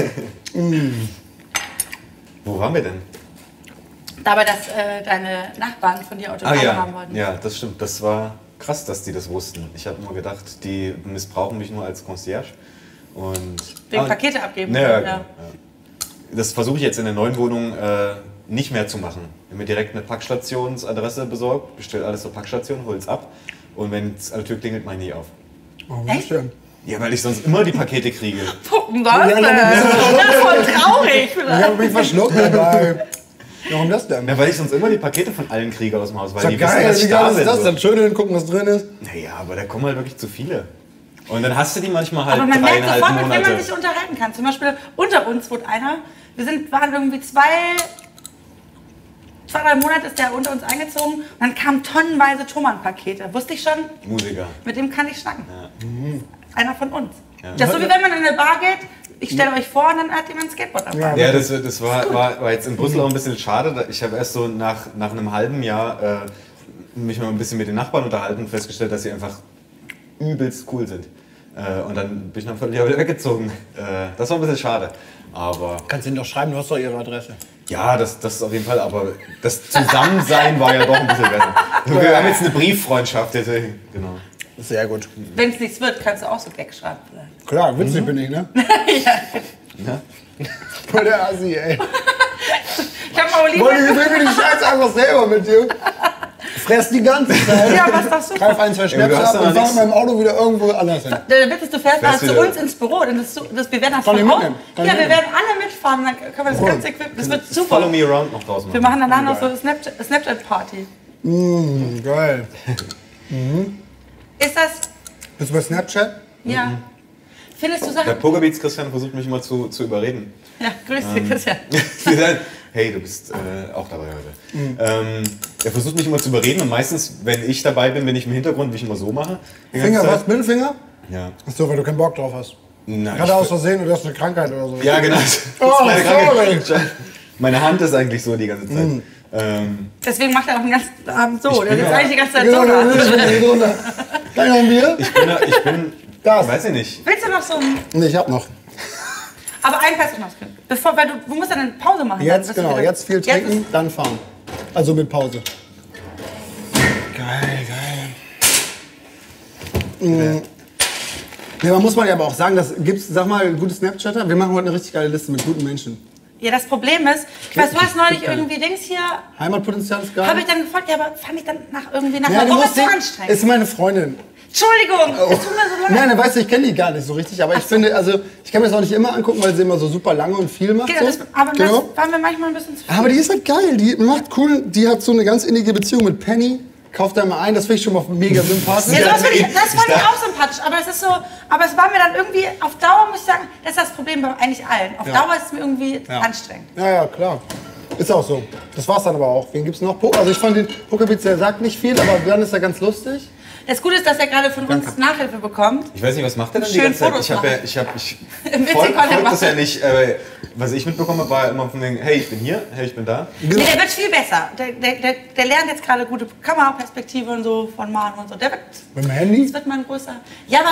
äh,
Wo waren wir denn?
dabei, dass äh, deine Nachbarn von dir Autogramme haben
Ah ja.
wollten.
ja, das stimmt. Das war krass, dass die das wussten. Ich habe immer gedacht, die missbrauchen mich nur als Concierge. Und
Wegen
Ah,
Pakete abgeben.
Ja, genau.
Ja.
ja. Das versuche ich jetzt in der neuen Wohnung äh, nicht mehr zu machen. Ich habe mir direkt eine Packstationsadresse besorgt, bestell alles zur Packstation, hol's ab. Und wenn es an der Tür klingelt, mach ich nie auf.
Oh,
Echt?
schön.
Ja, weil ich sonst immer die Pakete kriege.
Puppen,
Ja,
was?
ja, ja.
Das ist voll traurig.
Ich habe mich
[LAUGHS]
verschluckt dabei. Warum das denn?
Ja, weil ich sonst immer die Pakete von allen kriege aus dem Haus, weil
Ist
die
doch geil,
wissen,
wie
dass
geil ist
ich da
das?
bin.
Dann schön gucken, was drin ist.
Naja, aber da kommen halt wirklich zu viele. Und dann hast du die manchmal halt
Aber man merkt
dreieinhalb
sofort, mit wem man sich
Monate.
unterhalten kann. Zum Beispiel unter uns wurde einer, wir sind, waren irgendwie zwei, zwei, drei Monate ist der unter uns eingezogen und dann kamen tonnenweise Thomann-Pakete. Wusste ich schon,
Musiker.
mit dem kann ich schnacken. Mhm. Einer von uns.
Ja.
Das ist so wie wenn man in eine Bar geht, ich stelle euch vor und dann hat jemand ein Skateboard am Bein.
Ja, das, das war, war, war jetzt in Brüssel auch ein bisschen schade. da- Ich habe erst so nach, nach einem halben Jahr äh, mich mal ein bisschen mit den Nachbarn unterhalten und festgestellt, dass sie einfach übelst cool sind. Äh, und dann bin ich nach einem Vierteljahr wieder weggezogen. Äh, das war ein bisschen schade. Aber
Kannst du ihnen doch schreiben, du hast doch ihre Adresse.
ja, das, das auf jeden Fall. Aber das Zusammensein war ja doch ein bisschen besser. Wir haben jetzt eine Brieffreundschaft. Deswegen. Genau.
Sehr gut.
Wenn es nichts wird, kannst du auch so Gag schreiben. vielleicht.
Klar, witzig bin ich, ne?
Mhm. [LAUGHS] Ja.
Voll der Assi, ey.
Ich habe mal
Wollte
Oliven.
ich bring mir die Scheiße einfach selber mit dir. Fress die ganze Zeit.
Ja, was doch super.
Greif ein, zwei
Ey, du
Schnäpse
hast
ab und
doch
fahr
noch
mit
nichts-
meinem Auto wieder irgendwo anders hin.
Der Witz ist, du fährst mal
Fährst
zu
wieder.
uns ins Büro, denn das, das, wir werden das
Kann
voll
ich
auf.
mitnehmen,
Ja,
kann ich
wir
mitnehmen.
werden alle mitfahren, dann können wir das ganze Equipment, das wird
Follow
super.
me around noch draußen.
Wir machen danach noch so eine Snapchat- Snapchat-Party.
Mmh, geil.
Ist das,
Bist du bei Snapchat?
ja. Findest du
Mhm. Der Ähm.
Sachen?
Pokerbeats Christian versucht mich immer zu, zu überreden.
Ja, grüß dich, Christian.
Sie sagen, hey, du bist äh, auch dabei heute.
Mhm.
Ähm, er versucht mich immer zu überreden und meistens, wenn ich dabei bin, bin ich im Hintergrund, wie ich immer so mache. die ganze
Finger,
Zeit.
was? Mittelfinger?
Ja.
Achso, weil du keinen Bock drauf hast.
Na,
Gerade
ich-
aus Versehen oder hast eine Krankheit oder so.
Ja, genau. [LAUGHS] Das ist
Oh,
meine Krankheit.
sorry. Mhm.
Meine Hand ist eigentlich so die ganze Zeit. Ähm,
Deswegen macht er auch den ganzen Abend so. Der sitzt eigentlich die ganze Zeit
Genau,
so
da will
da.
ich mit dir runter. Kann ich noch ein Bier?
ich bin, ich bin,
Das.
weiß ich nicht.
Willst du noch so ein.
Nee, ich hab noch.
Aber einen kannst du noch trinken. Bevor, weil du, du musst dann eine Pause machen. dann
Jetzt,
bist du
genau,
wieder-
jetzt viel trinken,
ist-
dann fahren. Also mit Pause. Geil, geil. Ja, Mm. man muss man ja aber auch sagen, das gibt's, sag mal, gute Snapchatter. Wir machen heute eine richtig geile Liste mit guten Menschen.
ja, das Problem ist, ich weiß, du hast neulich irgendwie Dings hier.
Heimatpotenzial ist geil.
Habe ich dann gefragt, ja, aber fand ich dann nach irgendwie nach.
ja, du
warum ist
musst
so
die,
anstrengend?
ist meine Freundin. Oh.
Entschuldigung, es tut mir so leid.
Nein, dann weißt du, ich kenne die gar nicht so richtig, aber ich finde, also ich kann mir das auch nicht immer angucken, weil sie immer so super lange und viel macht.
Genau, das,
so.
aber
genau.
das waren wir manchmal ein bisschen zu viel.
Aber die ist halt geil, die macht cool, die hat so eine ganz innige Beziehung mit Penny. Kauft da mal ein, das finde ich schon mal mega sympathisch.
Ja, sowas finde ich, das fand ich auch sympathisch, aber es ist so, aber es war mir dann irgendwie, auf Dauer muss ich sagen, das ist das Problem bei eigentlich allen. Auf
Ja.
Dauer ist es mir irgendwie anstrengend.
Ja, ja, klar. Ist auch so. Das war's dann aber auch. Wen gibt's noch? Po also ich fand den Pokerbeats, der sagt nicht viel, aber dann ist er ganz lustig.
Das Gute ist, dass er gerade von uns Nachhilfe bekommt.
Ich weiß nicht, was macht er denn die
Schön
ganze Zeit?
Fotos
Ich habe ja,
machen. [LAUGHS]
ich habe, ich
Witzig
folg,
konnte er
folg das ja
machen.
nicht. Äh, was ich mitbekommen habe, war immer von wegen, hey, ich bin hier, hey, ich bin da.
Genau.
Nee, der wird viel besser. Der, der, der, der lernt jetzt gerade gute Kameraperspektive und so von Manu und so. Der wird,
Mit dem
das
Handy?
wird mal ein großer. Ja, aber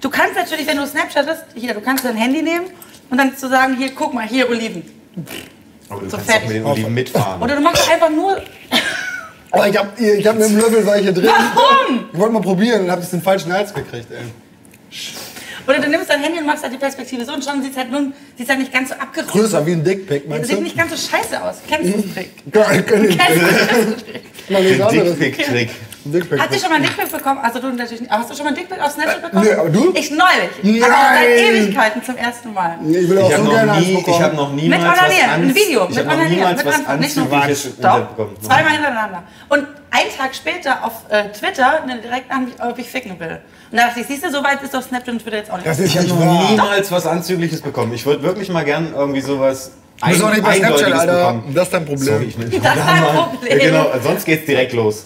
du kannst natürlich, wenn du Snapchattest, hier, du kannst dein Handy nehmen und dann zu sagen, hier, guck mal, hier Oliven.
Aber du
So
kannst auch
fertig.
mit den Oliven mitfahren.
Oder du machst einfach nur.
Oh, ich hab, ich hab mit dem Löffel welche drin.
Warum?
Ich wollte mal probieren und hab jetzt den falschen Hals gekriegt, ey.
Oder du nimmst dein Handy und machst halt die Perspektive so und schon sieht es halt nun, sieht halt nicht ganz so abgerückt
Größer wie ein Dickpick,
Das
meinst
sieht
du? Mhm.
nicht ganz so scheiße aus. Kennst du den Trick?
Geil, kenn ich.
Kennst du den Trick?
Mal nichts
Den
anderes.
Dickpick-Trick.
Ein Dickpick.
Hast du schon mal einen Dickpick bekommen? Also du natürlich nicht. Aber hast du schon mal einen Dickpick auf Snapchat bekommen?
nö, Äh, aber du?
Ich neulich.
Nein!
Also seit Ewigkeiten zum ersten Mal.
Nee, Ich will auch
Ich habe
so gerne
noch,
eins
nie- ich hab
bekommen.
noch
Mit
niemals was
Onanieren,
Anz-
ein Video.
Ich
mit
habe noch
Onanieren,
niemals
mit
was
Anfang. Nicht nur
Anzügliches im Internet bekommen.
Doch, zweimal hintereinander. Und einen Tag später auf äh, Twitter eine direkt an mich, ob ich ficken will. Und da dachte ich, siehst du, so weit ist auf Snapchat und Twitter jetzt auch nicht.
Das ist
Ich
ja
habe
nicht
noch
wahr.
niemals was Anzügliches bekommen. Ich würde wirklich mal gern irgendwie sowas
Du bist auch nicht bei Snapchat,
Eindeutiges
Alter.
bekommen.
Das ist dein Problem.
Sorry, ich
[LAUGHS]
bin
[LAUGHS] Das ist dein Problem.
Ja, genau, sonst geht's direkt los.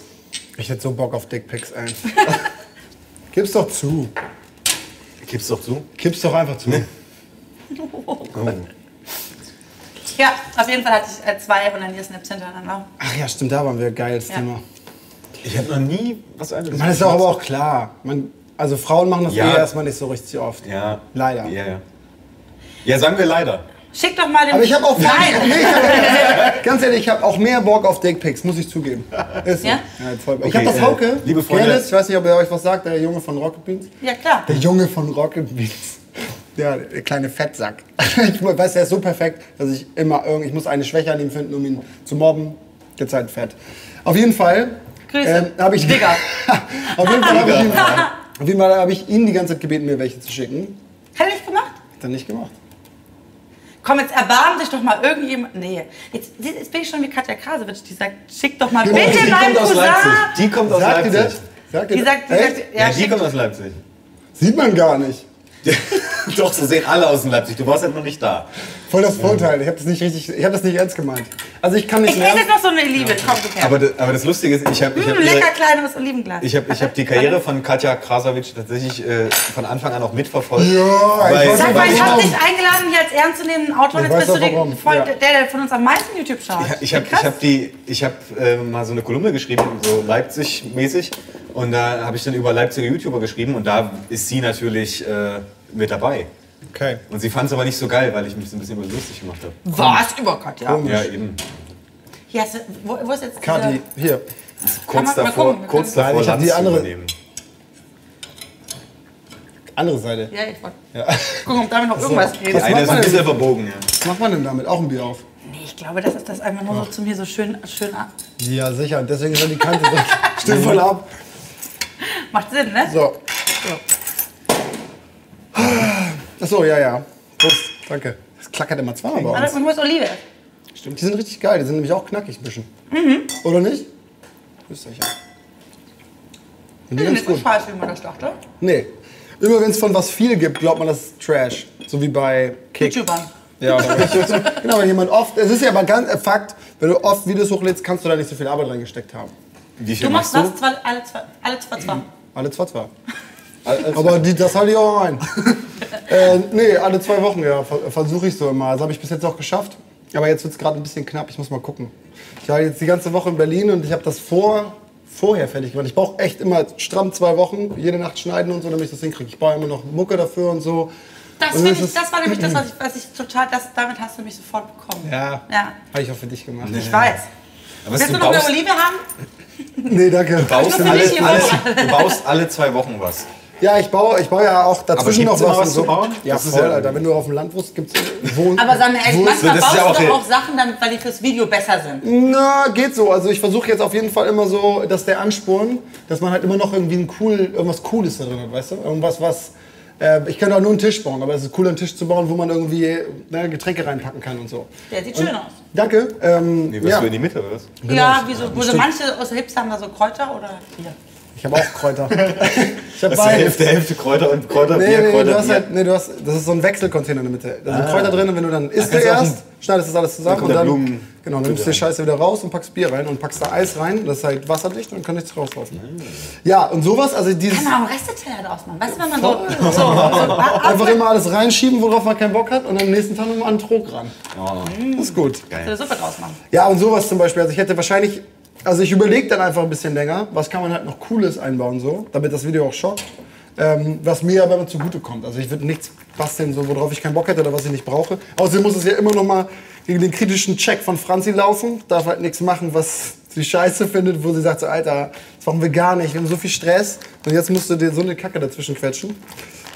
Ich hätte so Bock auf Dickpics, [LAUGHS] ey. Gib's doch zu.
Gib's doch zu. Oh.
Gib's doch Ne? einfach zu.
Ja, auf jeden Fall hatte ich äh, zwei Onanier-Snaps hintereinander.
Ach ja, stimmt, da waren wir. Geiles
Ja.
Thema.
Ich habe noch nie was anderes.
Man ist doch aber auch klar. Man, also Frauen machen das
Ja.
eh erstmal nicht so richtig oft.
Ja.
Leider.
Ja, ja. Ja, sagen wir leider.
Schick doch mal den...
Aber ich habe auch
Nein!
Nee,
[LAUGHS]
ich hab, [LAUGHS] ganz ehrlich, ich habe auch mehr Bock auf Dickpics, muss ich [LAUGHS] zugeben. Ist so.
Ja?
voll. ich
Okay,
habe das
äh,
Hauke.
liebe Freunde.
Gerlis, ich weiß nicht, ob er euch was sagt, der Junge von Rocket Beans.
Ja, klar.
Der Junge von Rocket Beans. [LAUGHS] Ja, der kleine Fettsack. [LAUGHS] Ich weiß, der ist so perfekt, dass ich immer irgendwie, ich muss eine Schwäche an ihm finden, um ihn zu mobben. Jetzt halt fett. Auf jeden Fall. ähm,
Grüße.
hab ich,
Digga.
auf jeden Fall habe ich, ihn- auf jeden Fall hab ich ihn die ganze Zeit gebeten, mir welche zu schicken.
Hat er nicht gemacht?
Hat er nicht gemacht.
Komm, jetzt erbarmen sich doch mal irgendjemand. Nee, jetzt, jetzt bin ich schon wie Katja Krasowitsch, die sagt, schick doch mal
Genau,
bitte
die
meinem Cousin.
Die kommt aus
Sagt ihr das?
Leipzig.
Sagt
Die
ihr das?
sagt, die
Echt?
sagt
Ja,
ja,
die
schick.
kommt aus Leipzig.
Sieht man gar nicht.
[LAUGHS] Doch, so sehen alle aus in Leipzig. Du warst halt noch nicht da.
Voll das Vorteil. Ich habe das nicht richtig, ich habe das nicht ernst gemeint. Also ich kann nicht
Ich esse jetzt
ernst.
noch so eine Liebe. Komm, du
Aber, das- aber das Lustige ist, ich habe ich hab
Mmh, lecker
ihre-
kleines Olivenglas.
ich hab, ich hab die Karriere von Katja Krasavitsch tatsächlich äh, von Anfang an auch mitverfolgt.
Ja, ich
weil,
weiß
Sag mal, ich
Warum?
habe dich eingeladen, hier als ernstzunehmenden Autor.
Ich
Jetzt
weiß
bist du
doch
die,
warum.
voll,
Ja.
der, der von uns am meisten YouTube schaut.
Ja, ich habe
Krass.
hab die, ich habe äh, mal so eine Kolumne geschrieben, so Leipzig-mäßig, und da habe ich dann über Leipziger YouTuber geschrieben und da ist sie natürlich äh, mit dabei.
Okay.
Und sie fand es aber nicht so geil, weil ich mich so ein bisschen über sie lustig gemacht habe.
Was? Über Katja.
Ja,
Hm.
eben.
Hier hast du, wo, wo ist jetzt
Kati,
diese-
hier.
Kurz
man- mal
davor,
gucken, wir
kurz
können-
Nein,
davor
ich hab
Lanz
die
zu
andere-
übernehmen.
Andere Seite.
Ja, ich wollte. Gucken, ob damit noch irgendwas geht.
Die
Was
eine
macht
ist ein
man
bisschen
denn?
verbogen, ja.
Was macht man denn damit? Auch ein Bier auf.
Nee, ich glaube, das ist das einfach nur so zum hier so schön, schön ab.
Ja, sicher. Deswegen soll die Kante [LAUGHS] so. Stimmt voll ab.
Macht Sinn, ne?
So. Achso, ja, ja. Prost. Danke. Das klackert immer zweimal bei
Also,
uns.
man muss Olive.
Stimmt. Die sind richtig geil. Die sind nämlich auch knackig ein bisschen.
Mhm.
Oder nicht? Müsst ihr euch an. Sind die
Hm,
ganz
nicht so
gut.
scheiße, wie man das dachte.
Nee. Immer wenn es von was viel gibt, glaubt man, das ist Trash. So wie bei Kick.
YouTubern.
Ja, [LAUGHS] genau, wenn jemand oft, es ist ja aber ganz äh, Fakt, wenn du oft Videos hochlädst, kannst du da nicht so viel Arbeit reingesteckt haben.
Wie viel
Du machst
machst
was? Zwei, alle zwei, alle zwei, zwei.
Alle zwei, zwei. aber die, das halte ich auch ein. [LAUGHS] äh, nee, alle zwei Wochen, ja, ver- versuche ich so immer. Das habe ich bis jetzt auch geschafft. Aber jetzt wird es gerade ein bisschen knapp, ich muss mal gucken. Ich war jetzt die ganze Woche in Berlin und ich habe das vor, vorher fertig gemacht. Ich brauche echt immer stramm zwei Wochen, jede Nacht schneiden und so, damit ich das hinkriege. Ich baue immer noch Mucke dafür und so.
Das,
Also
find
es
ich,
ist-
das war nämlich das, was ich, was ich total. Das, damit hast du mich sofort bekommen.
Ja.
Ja.
Habe ich auch für dich gemacht.
Ich weiß.
Aber es-
Willst du
du
noch eine
baust,
Olive haben?
[LAUGHS] Nee, danke.
baust
Ich muss
alle,
nicht hier
alle, du baust alle zwei Wochen was.
Ja, ich baue, ich baue ja auch dazwischen noch
gibt's
was.
immer was
und so.
zu bauen?
Ja,
Das ist
voll,
ja-
Alter. Wenn du auf dem Land wohnst, gibt's Wohn
Aber sag mir ehrlich, manchmal
das ist
baust
ja auch
du
hier.
doch auch Sachen, damit, weil die fürs Video besser sind.
Na, geht so. Also ich versuche jetzt auf jeden Fall immer so, dass der Ansporn, dass man halt immer noch irgendwie ein cool, irgendwas Cooles da drin hat, weißt du? Irgendwas, was. Äh, ich kann auch nur einen Tisch bauen, aber es ist cool, einen Tisch zu bauen, wo man irgendwie ne, Getränke reinpacken kann und so.
Der sieht schön aus.
Danke. Ähm,
Nee, was
ja.
du in die Mitte wirst.
ja, wie so, wo so manche aus Hips haben da so Kräuter oder hier.
Ich habe auch Kräuter. [LAUGHS] ich habe
Das ist die
beides.
Hälfte, Hälfte Kräuter und Kräuter,
Nee,
Bier,
nee,
Kräuter,
du hast
Bier. Ah.
halt, nee, du hast, das ist so ein Wechselcontainer in der Mitte. Da sind Kräuter drin und wenn du dann isst du
kannst du auch
erst, schneidest das alles zusammen
dann
und
kommt
dann,
der Blumen-
genau, dann nimmst du die Scheiße wieder raus und packst Bier rein und packst da Eis rein, das ist halt wasserdicht und dann kann nichts rauslaufen.
Ah.
Ja, und sowas, also dieses
Kann man auch einen Resteteller draus machen. Weißt du, wenn man so. so, so einfach
einfach immer alles reinschieben, worauf man keinen Bock hat und am nächsten Tag nochmal einen Trog ran. Das ist gut.
eine Suppe draus machen.
Ja, und sowas zum Beispiel. Also ich hätte wahrscheinlich, also ich überlege dann einfach ein bisschen länger, was kann man halt noch Cooles einbauen so, damit das Video auch schockt. Ähm, was mir aber immer zugutekommt. Also ich würde nichts basteln, so, worauf ich keinen Bock hätte oder was ich nicht brauche. Außerdem muss es ja immer noch mal gegen den kritischen Check von Franzi laufen. Darf halt nichts machen, was sie scheiße findet, wo sie sagt, so, Alter, das brauchen wir gar nicht. Wir haben so viel Stress und jetzt musst du dir so eine Kacke dazwischen quetschen.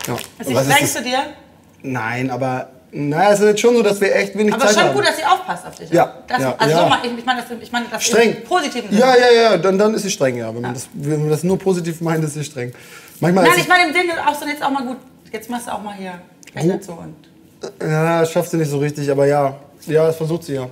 Ja.
Das denkst du dir?
Nein, aber Naja, es ist jetzt schon so, dass wir echt wenig
Aber
Zeit
schon
haben.
gut, dass sie aufpasst auf dich.
Ja,
Das,
ja,
also
ja.
so mal, ich, ich meine das, ich meine das
streng.
im positiven
Ja, ja, ja, dann, dann ist sie streng, ja. Wenn man, das, wenn man das nur positiv meint, ist sie streng. Manchmal
Nein,
ist
ich meine im Sinne auch so jetzt auch mal gut. Jetzt machst du auch mal hier. Rechnet so und.
sie, ja, das schafft sie nicht so richtig, aber ja, ja, das versucht sie ja.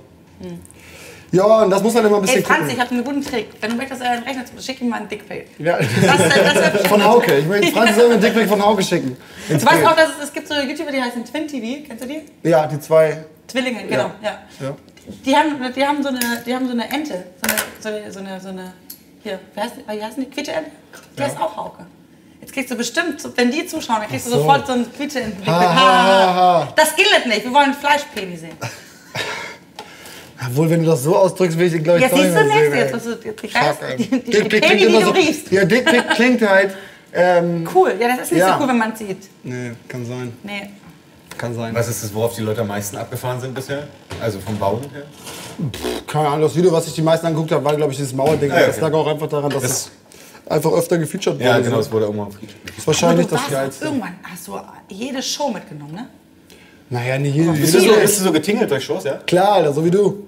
Ja, und das muss man immer ein bisschen
Hey Hm. Franz, ich
gucken.
habe einen guten Trick. Wenn du möchtest, äh, einen Rechner zu schick ihm mal einen Dickpick.
Ja.
Das, das, das
Von Hauke. Ich möchte Franz soll mir einen Dickpick von Hauke schicken.
Du weißt auch, dass es, es gibt so YouTuber, die heißen Twin TV. Kennst du die?
Ja, die zwei.
Zwillinge, genau. Ja.
Ja.
Die, haben, die, haben so eine, die haben so eine Ente. So eine, so eine, so eine, so eine hier, wie heißt, wie heißt die? Quietscheente? Die heißt auch Hauke. Jetzt kriegst du bestimmt, so- wenn die zuschauen, dann kriegst du
Ach so.
sofort so einen Quietscheenten.
Ha, ha, ha, ha.
Das gilt nicht. Wir wollen Fleischpeni sehen.
Obwohl, wenn du das so ausdrückst, will ich den, glaube ich,
Jetzt
doch
siehst du
nicht mehr
nichts.
sehen,
Jetzt,
ey.
hast du- jetzt die,
Fuck,
Kreis-
ey.
die, [LAUGHS] die, die
Dickpick
Peni,
klingt
die
immer
du
so.
riechst.
Ja, Dickpick klingt halt. Ähm,
Cool. Ja, das ist nicht
Ja.
so cool, wenn man es sieht.
nee, kann sein.
Nee.
Kann sein.
Was ist das, worauf die Leute am meisten abgefahren sind bisher? Also vom Bauen her?
Keine Ahnung, das Video, was ich die meisten angeguckt habe, war, glaube ich, dieses Mauerding.
Ah, Ja, ja,
Das
okay.
lag auch einfach daran, dass
Das-
es einfach öfter gefeatured wurde.
Ja, genau, es wurde irgendwann
Das ist
Aber
wahrscheinlich
du
das
warst,
Geilste.
irgendwann hast du jede Show mitgenommen, ne?
Naja, nicht jede,
Bist du,
jede
so, bist du so getingelt durch Shows, ja?
Klar, Alter, so wie du.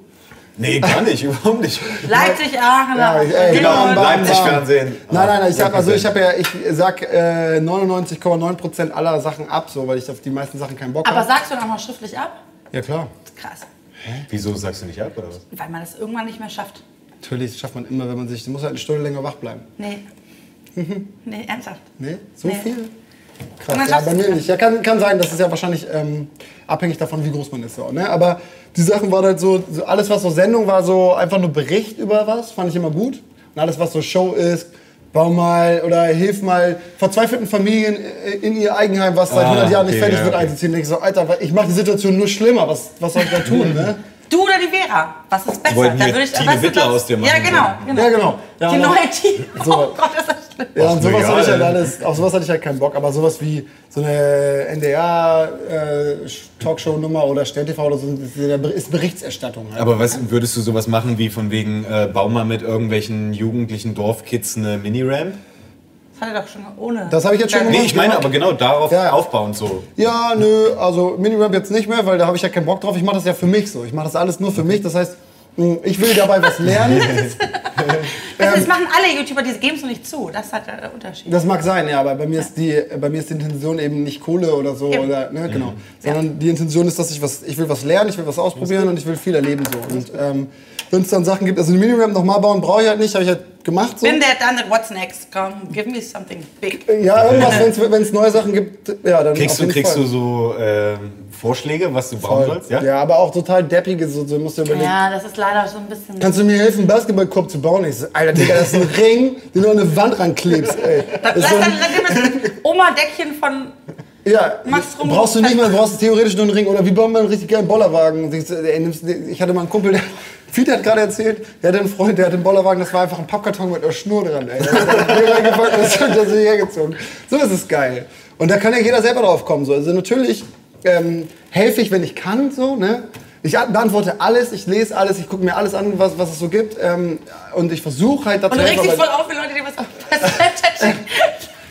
Nee,
[LAUGHS]
gar nicht, überhaupt nicht.
Leipzig, Aachen,
Ja, ich- ey,
Genau,
Bam, bam,
Leipzig
bam.
Fernsehen.
Nein, nein, nein, ich
Ja,
sag, also ich
Fernsehen.
habe ja, ich sag äh, 99,9% aller Sachen ab, so, weil ich auf die meisten Sachen keinen Bock
Aber
habe.
sagst du dann auch mal schriftlich ab?
Ja, klar.
Krass.
Wieso sagst du nicht ab, oder was?
Weil man das irgendwann nicht mehr schafft.
Natürlich, das schafft man immer, wenn man sich, man muss halt eine Stunde länger wach bleiben.
Nee.
Mhm.
nee, ernsthaft.
Nee, so
Nee.
viel?
Und dann
Krass, ja,
schaffst
bei
du es
mir
nicht.
nicht. Ja, kann, kann sein, das ist ja wahrscheinlich ähm, abhängig davon, wie groß man ist. So, ne? Aber die Sachen waren halt so, so, alles was so Sendung war, so einfach nur Bericht über was, fand ich immer gut. Und alles was so Show ist, bau mal oder hilf mal verzweifelten Familien äh, in ihr Eigenheim, was seit
Ah,
100 Jahren nicht
okay,
fertig
ja,
wird,
okay.
einzuziehen. Denke ich so, Alter, ich mache die Situation nur schlimmer, was, was soll ich da
[LAUGHS]
tun, ne?
Du oder die Vera? Was ist besser?
wollten
Da
hier
würde ich-
Tine
weißt du,
Wittler
das-
aus dir
Ja,
machen
genau.
sollen.
genau.
Ja, genau. Ja,
Die
und-
neue Tine.
So.
Oh Gott, ist das schlimm.
Ja, und
Ach,
sowas
mega,
habe ich halt
Alter.
alles, auf sowas hatte ich halt keinen Bock, aber sowas wie so eine NDR-Talkshow-Nummer äh, oder SternTV oder so ist ist Berichterstattung. Halt.
Aber was, würdest du sowas machen wie von wegen, äh, bau mal mit irgendwelchen jugendlichen Dorfkids eine Mini-Ramp?
Das hat er doch schon ohne. Also,
Das habe ich jetzt schon
Nee,
gemacht.
ich meine aber genau darauf
Ja.
aufbauend so.
Ja, nö, also Miniramp jetzt nicht mehr, weil da habe ich ja keinen Bock drauf. Ich mache das ja für mich so. Ich mache das alles nur für mich. Das heißt, mh, ich will dabei was
[LAUGHS]
lernen.
Das, das machen alle YouTuber, die geben es nicht zu. Das ist halt der Unterschied.
Das mag sein, ja, aber bei mir ist die, äh, bei mir ist die Intention eben nicht Kohle oder so,
Eben.
oder, ne, genau. Sondern die Intention ist, dass ich was, ich will was lernen, ich will was ausprobieren und ich will viel erleben so. Und ähm, wenn es dann Sachen gibt, also eine Miniramp nochmal bauen brauche ich halt nicht, habe ich halt gemacht so.
Bin der done it, what's next? Come, give me something big.
Ja, irgendwas, wenn es neue Sachen gibt, ja, dann
Kriegst
auf
du,
jeden
kriegst
Fall.
du so ähm, Vorschläge, was du bauen sollst? Ja?
ja? aber auch total deppige, so, so musst du überlegen.
Ja, das ist leider so ein bisschen.
Kannst du mir helfen, einen Basketballkorb zu bauen? Ich so, Alter, Digga, das ist ein Ring, den du an eine Wand ranklebst, ey.
das,
ist
das,
so
das,
ein-
Oma-Deckchen von.
Ja,
Mach's rum.
brauchst du nicht, man brauchst theoretisch nur einen Ring. Oder wie baut man einen richtig geilen Bollerwagen? Siehst du, ey, nimmst du- Ich hatte mal einen Kumpel, der, [LAUGHS] Fiete hat gerade erzählt, der hatte einen Freund, der hatte einen Bollerwagen, das war einfach ein Pappkarton mit einer Schnur dran. Ey. Das hat er hier reingepackt und das hat er so hergezogen. So ist es geil. Und da kann ja jeder selber drauf kommen. So. Also natürlich ähm, helfe ich, wenn ich kann, so, ne? Ich a- beantworte alles, ich lese alles, ich gucke mir alles an, was, was es so gibt. Ähm, und ich versuche halt dazu
Und du regst dich
helfen,
voll
aber-
auf, wenn Leute dir was auf Snapchat schicken.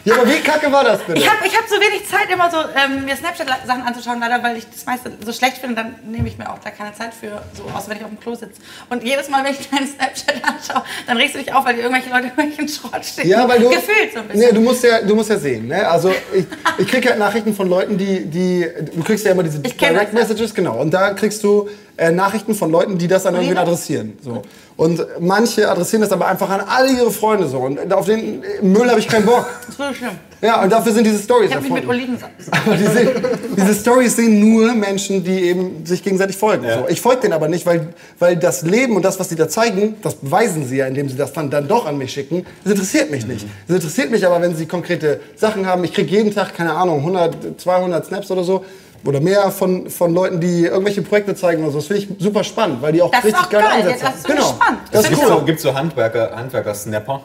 Ja, aber wie kacke war das bitte?
Ich habe ich hab so wenig Zeit, immer so ähm, mir Snapchat-Sachen anzuschauen, leider, weil ich das meiste so schlecht finde. Und dann nehme ich mir auch da keine Zeit für, so außer wenn ich auf dem Klo sitze. Und jedes Mal, wenn ich [LAUGHS] deinen Snapchat anschaue, dann regst du dich auf, weil dir irgendwelche Leute [LAUGHS] irgendwelchen Schrott stehen.
Ja, weil du.
Gefühlt so ein
Nee,
bisschen.
du musst ja, du musst ja sehen. Ne? Also ich, ich krieg halt Nachrichten von Leuten, die, die. Du kriegst ja immer diese
Ich kenn
Direct
das, ja.
Messages, genau. Und da kriegst du äh, Nachrichten von Leuten, die das an irgendwen adressieren. So. Und manche adressieren das aber einfach an alle ihre Freunde so. Und auf den Müll habe ich keinen Bock.
das ist wirklich schlimm.
Ja, und dafür sind diese Stories
Ich habe mich mit
erfunden.
Oliven.
Aber die sehen, diese Stories sehen nur Menschen, die eben sich gegenseitig folgen. So. Ich folge denen aber nicht, weil, weil das Leben und das, was die da zeigen, das beweisen sie ja, indem sie das dann, dann doch an mich schicken. Das interessiert mich nicht. Das interessiert mich aber, wenn sie konkrete Sachen haben. Ich kriege jeden Tag, keine Ahnung, 100, 200 Snaps oder so. Oder mehr von, von Leuten, die irgendwelche Projekte zeigen oder so. Das finde ich super spannend, weil die auch
Das ist
richtig
auch
geile
geil.
Ansätze
Das
haben. Genau.
ist so spannend.
Das ist
Find
Gibt
ich
es
cool.
so, gibt's so Handwerker, Handwerker-Snapper?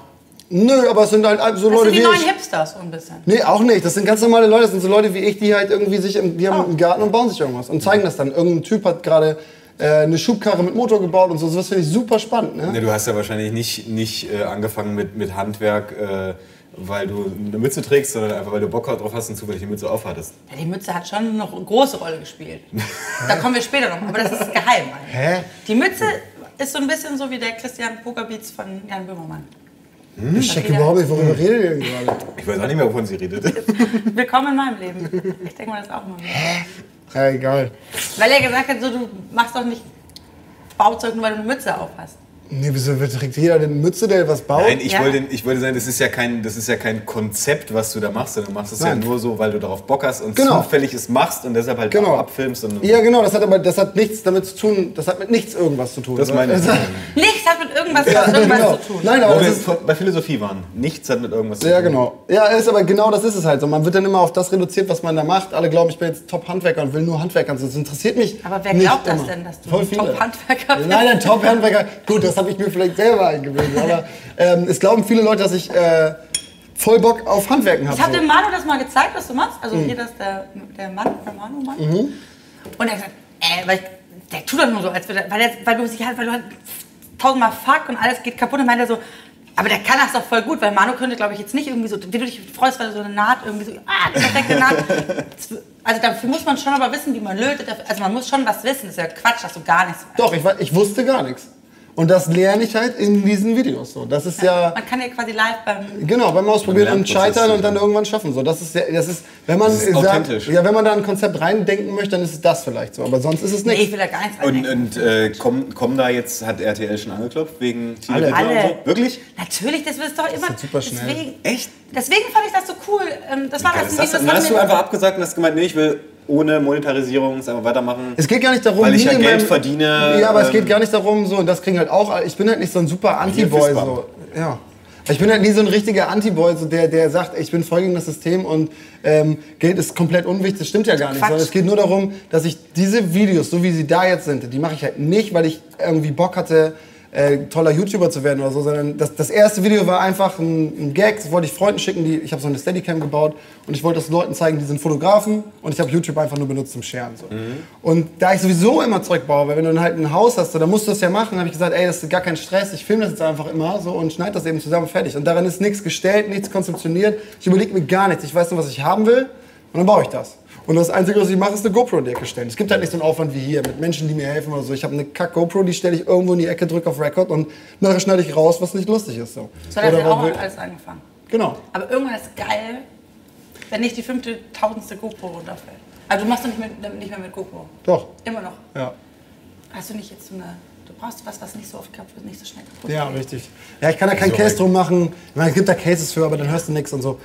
Nö, aber es sind halt so
Das
Leute
sind die
wie
neuen
ich.
Hipsters so ein bisschen.
Nee, auch nicht. Das sind ganz normale Leute. Das sind so Leute wie ich, die halt irgendwie sich, im, die haben einen Garten und bauen sich irgendwas und zeigen das dann. Irgendein Typ hat gerade äh, eine Schubkarre mit Motor gebaut und so. Das finde ich super spannend. Ne?
Ne, du hast ja wahrscheinlich nicht, nicht äh, angefangen mit, mit Handwerk, äh, weil du eine Mütze trägst, sondern einfach, weil du Bock drauf hast und zufällig die Mütze aufhattest.
Ja, die Mütze hat schon noch eine große Rolle gespielt. Da kommen wir später noch, aber das ist geheim.
Hä?
Die Mütze ist so ein bisschen so wie der Christian Pokerbeats von Jan Böhmermann.
Ich check überhaupt nicht, worüber redet ihr denn gerade?
Ich weiß auch nicht mehr, wovon sie redet.
Willkommen in meinem Leben. Ich denke mal, das auch mal. wieder.
Ja, egal.
Weil er gesagt hat, so, du machst doch nicht Bauzeug, nur weil du eine Mütze auf hast.
Nee, wieso trägt jeder denn eine Mütze, der was baut?
Nein, ich,
Ja.
wollte, ich wollte sagen, das ist, ja kein, das ist ja kein Konzept, was du da machst, sondern du machst es ja
Nein.
nur so, weil du darauf Bock hast und
Genau.
zufällig es machst und deshalb halt
Genau.
auch abfilmst. Und
Ja, genau, das hat aber das hat nichts damit zu tun, das hat mit nichts irgendwas zu tun.
Das
ne?
meine ich.
Das hat-
Nichts hat mit irgendwas, was irgendwas
genau.
zu tun.
Nein, [LAUGHS]
Wo
aber
wir
es ist,
vor- bei Philosophie waren. Nichts hat mit irgendwas zu
ja,
tun.
genau. Ja, ist aber genau das ist es halt so. Man wird dann immer auf das reduziert, was man da macht. Alle glauben, ich bin jetzt Top-Handwerker und will nur Handwerker. sein. Das interessiert mich
Aber wer
nicht
glaubt das
immer.
denn, dass du
Voll
ein
viele.
Top-Handwerker bist?
Nein, ein Top-Handwerker. Gut, das habe ich mir vielleicht selber eingebildet. Aber ähm, es glauben viele Leute, dass ich äh, voll Bock auf Handwerken habe.
Ich habe dem Manu das mal gezeigt, was du machst. Also hier das ist der, der Mann, der Manu Mann. Und er hat gesagt, äh, weil ich, der tut doch nur so, als würde, er- weil, er, weil du sich halt, weil du halt tausendmal fuck und alles geht kaputt. Und meint er so, aber der kann das doch voll gut, weil Manu könnte, glaube ich, jetzt nicht irgendwie so, wie du dich freust, weil du so eine Naht irgendwie so, ah, die perfekte Naht. Also dafür muss man schon aber wissen, wie man lötet. Also man muss schon was wissen. Das ist ja Quatsch, dass du gar nichts weißt.
Doch, ich, wa- ich wusste gar nichts. Und das lerne ich halt in diesen Videos. So. Das ist ja
Man kann ja quasi live beim
Genau, beim Ausprobieren
Ein
und Scheitern
Lernprozess.
und dann irgendwann schaffen. So, das ist, sehr, das ist, wenn man
Das ist authentisch.
sagt, ja, wenn man da ein Konzept reindenken möchte, dann ist es das vielleicht so. Aber sonst ist es
Nee, ich
nichts.
will da gar nichts
Und,
reindenken.
und äh, kommen, kommen da jetzt, hat RTL schon angeklopft wegen Team
Alle.
Hitler
Alle.
und so? Wirklich?
Natürlich, das ist doch immer.
halt super schnell.
Deswegen,
Echt?
Deswegen fand ich das so cool. Ähm, Das war
Geil,
das,
ist das,
das
dann
hat
hast du
mir-
einfach abgesagt und hast gemeint, nee, ich will ohne Monetarisierung es einfach weitermachen.
Es geht gar nicht darum,
Weil ich
mir
ja
in
Geld verdiene,
Ja, aber es
ähm,
geht gar nicht darum, so, und das kriegen halt auch, alle- ich bin halt nicht so ein super Anti-Boy.
Fistbump.
So. Ja. Ich bin halt nie so ein richtiger Anti-Boy, so der, der sagt, ich bin voll gegen das System und ähm, Geld ist komplett unwichtig. Das stimmt ja gar nicht.
Quatsch.
Sondern es geht nur darum, dass ich diese Videos, so wie sie da jetzt sind, die mache ich halt nicht, weil ich irgendwie Bock hatte, äh, toller YouTuber zu werden oder so, sondern das, das erste Video war einfach ein, ein Gag. Das wollte ich Freunden schicken, die, ich habe so eine Steadicam gebaut und ich wollte das Leuten zeigen, die sind Fotografen und ich habe YouTube einfach nur benutzt zum Scheren. So. Und da ich sowieso immer Zeug baue, weil wenn du dann halt ein Haus hast, so, dann musst du das ja machen, habe ich gesagt, ey, das ist gar kein Stress, ich filme das jetzt einfach immer so und schneide das eben zusammen fertig. Und daran ist nichts gestellt, nichts konzeptioniert, ich überlege mir gar nichts, ich weiß nur, was ich haben will und dann baue ich das. Und das Einzige, was ich mache, ist eine GoPro in die Ecke stellen. Es gibt halt nicht so einen Aufwand wie hier mit Menschen, die mir helfen oder so. Ich habe eine Kack-GoPro, die stelle ich irgendwo in die Ecke, drücke auf Record und nachher schneide ich raus, was nicht lustig ist. So.
So hat das ja
wo
auch
Bild-
alles angefangen.
Genau.
Aber irgendwann ist geil, wenn nicht die fünfte, tausendste GoPro runterfällt. Aber du machst doch nicht, mit, nicht mehr mit GoPro.
Doch.
Immer noch.
Ja.
Hast du nicht jetzt so eine. Du brauchst was, was nicht so oft kaputt, nicht so schnell kaputt
Ja,
geht.
richtig. Ja, ich kann da keinen Case drum machen. Ich meine, es gibt da Cases für, aber dann hörst du nichts und so.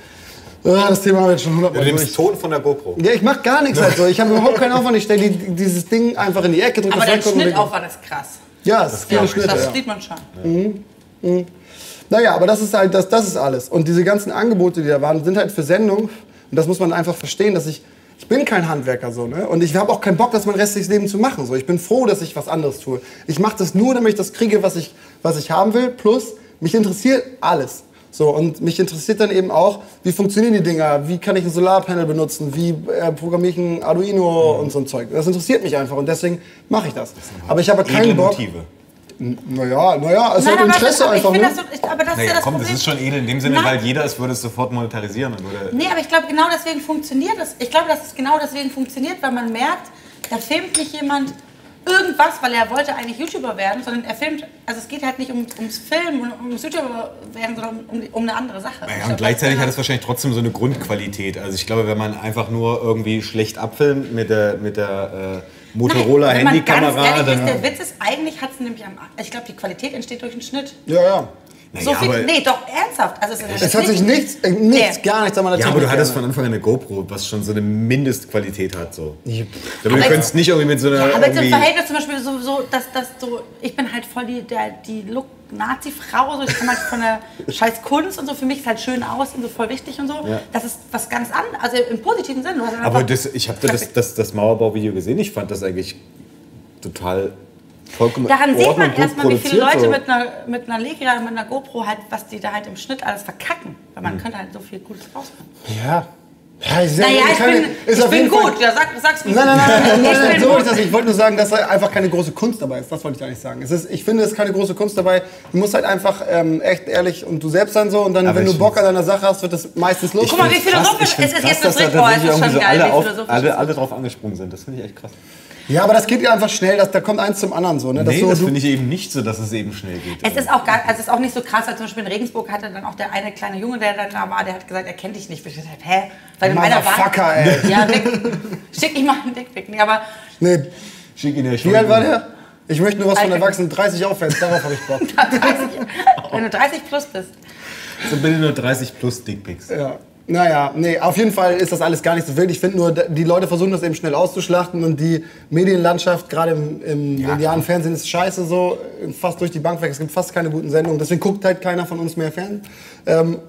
Ah, das Thema haben wir jetzt schon
Du
hundertmal
nimmst
durch.
Ton von der GoPro.
Ja, ich mach gar nichts halt so. Ich habe überhaupt keinen Aufwand. Ich stelle die, dieses Ding einfach in die Ecke, drücke
Aber
auf
dein
Record und leg-
Schnittaufwand ist krass.
Ja, es ist
glaub
viele
ich.
Schnitte.
Das
ja.
sieht man schon.
Naja, aber das ist halt, das, das ist alles. Und diese ganzen Angebote, die da waren, sind halt für Sendung. Und das muss man einfach verstehen, dass ich, ich bin kein Handwerker so, ne? Und ich habe auch keinen Bock, das mein restliches Leben zu machen. So, ich bin froh, dass ich was anderes tue. Ich mache das nur, damit ich das kriege, was ich, was ich haben will. Plus, mich interessiert alles. So, und mich interessiert dann eben auch, wie funktionieren die Dinger, wie kann ich ein Solarpanel benutzen, wie äh, programmiere ich ein Arduino und so ein Zeug. Das interessiert mich einfach und deswegen mache ich das. Aber ich habe
Edle
keinen Bock.
Motive.
Naja, naja, es hat
aber
Interesse
das, aber
einfach.
ich
ne?
finde das so, ich, aber das ist
Naja,
ja das
komm,
Problem.
das ist schon edel in dem Sinne,
Nein.
weil jeder es würde es sofort monetarisieren. und Würde
Nee, aber ich glaube, genau deswegen funktioniert das. Ich glaube, dass es genau deswegen funktioniert, weil man merkt, da filmt nicht jemand irgendwas, weil er wollte eigentlich YouTuber werden, sondern er filmt, also es geht halt nicht um, ums Filmen und ums YouTuber werden, sondern um, um eine andere Sache. Ich
Naja,
glaub,
und gleichzeitig
das-
hat es wahrscheinlich trotzdem so eine Grundqualität. Also ich glaube, wenn man einfach nur irgendwie schlecht abfilmt mit der, mit der äh,
Nein, wenn man ganz
Motorola-Handykamera,
ehrlich ist,
dann...
Der Witz ist, eigentlich hat es nämlich am, ich glaube, die Qualität entsteht durch den Schnitt.
Ja, ja.
Naja,
so viel,
aber,
nee, doch, ernsthaft. Also es, ist
Es hat sich nichts, äh, nichts,
Nee.
gar nichts an meiner
ja, aber du
Technik
hattest von
geändert.
Anfang an eine GoPro, was schon so eine Mindestqualität hat. So.
Ja,
Aber du
Aber-
könntest nicht irgendwie mit so
Äh,
einer...
Ja, aber jetzt im
irgendwie-
Verhältnis zum Beispiel so, so dass das so, ich bin halt voll die, der, die Look Nazi-Frau, so ich komme halt von der
[LAUGHS]
scheiß Kunst und so, für mich ist halt schön aus und so voll wichtig und so.
Ja.
Das ist was ganz anderes, also im positiven Sinn. Du hast
Aber
einfach-
das, ich habe das, das, das Mauerbau-Video gesehen, ich fand das eigentlich total vollkommen
Daran sieht
ordentlich
man
gut
erstmal, wie viele
produziert,
Leute
so.
mit einer, mit einer Legra, mit einer GoPro halt, was die da halt im Schnitt alles verkacken. Weil man könnte halt so viel Gutes rausbringen.
Mhm. Ja. Ja, ich,
Naja, ich
keine-
bin,
ist
ich
auf
bin
jeden Fall-
gut. Ja, sag, sag's mir.
Nein, nein, nein, nein, nein,
Ich
nein,
bin
so
gut.
ist das nicht. Ich wollte nur sagen, dass da einfach keine große Kunst dabei ist. Das wollte ich eigentlich sagen. Es ist, ich finde, es ist keine große Kunst dabei. Du musst halt einfach ähm, echt ehrlich und du selbst sein so und dann,
Aber
wenn
ich
du Bock an
find's-
deiner Sache hast, wird das meistens lustig.
Oh, Guck mal, wie
Ich find's
philosophisch.
krass, ich
Es ist
find's
jetzt
krass,
das
dass da
Ritual, es ist schon
tatsächlich irgendwie
geil,
so
wie
alle, auf,
philosophisch es
alle,
ist.
alle drauf angesprungen sind. Das finde ich echt krass.
Ja, aber das geht ja einfach schnell. Das, da kommt eins zum anderen so. Ne? Dass
nee,
so,
das
du,
finde ich eben nicht so, dass es eben schnell geht.
Es ist auch gar, also es ist auch nicht so krass, weil zum Beispiel in Regensburg hatte dann auch der eine kleine Junge, der dann da war, der hat gesagt, er kennt dich nicht. Ich dachte, hä? Weil in meiner Bahn-
Motherfucker, ey.
Ja, weg. Schick ich mal einen Dickpick. Nee, aber
Nee,
Schick ihn ja schon.
wie alt war der? Ich möchte nur was von
Alter.
Erwachsenen 30 aufwärts. Darauf habe ich Bock.
30, wenn du 30 plus bist.
So bitte nur 30 plus Dickpics.
Ja. Naja, nee, auf jeden Fall ist das alles gar nicht so wild. Ich finde nur, die Leute versuchen das eben schnell auszuschlachten und die Medienlandschaft, gerade im, im
Ja,
linearen
klar.
Fernsehen, ist scheiße so, fast durch die Bank weg. Es gibt fast keine guten Sendungen, deswegen guckt halt keiner von uns mehr Fernsehen. Ähm,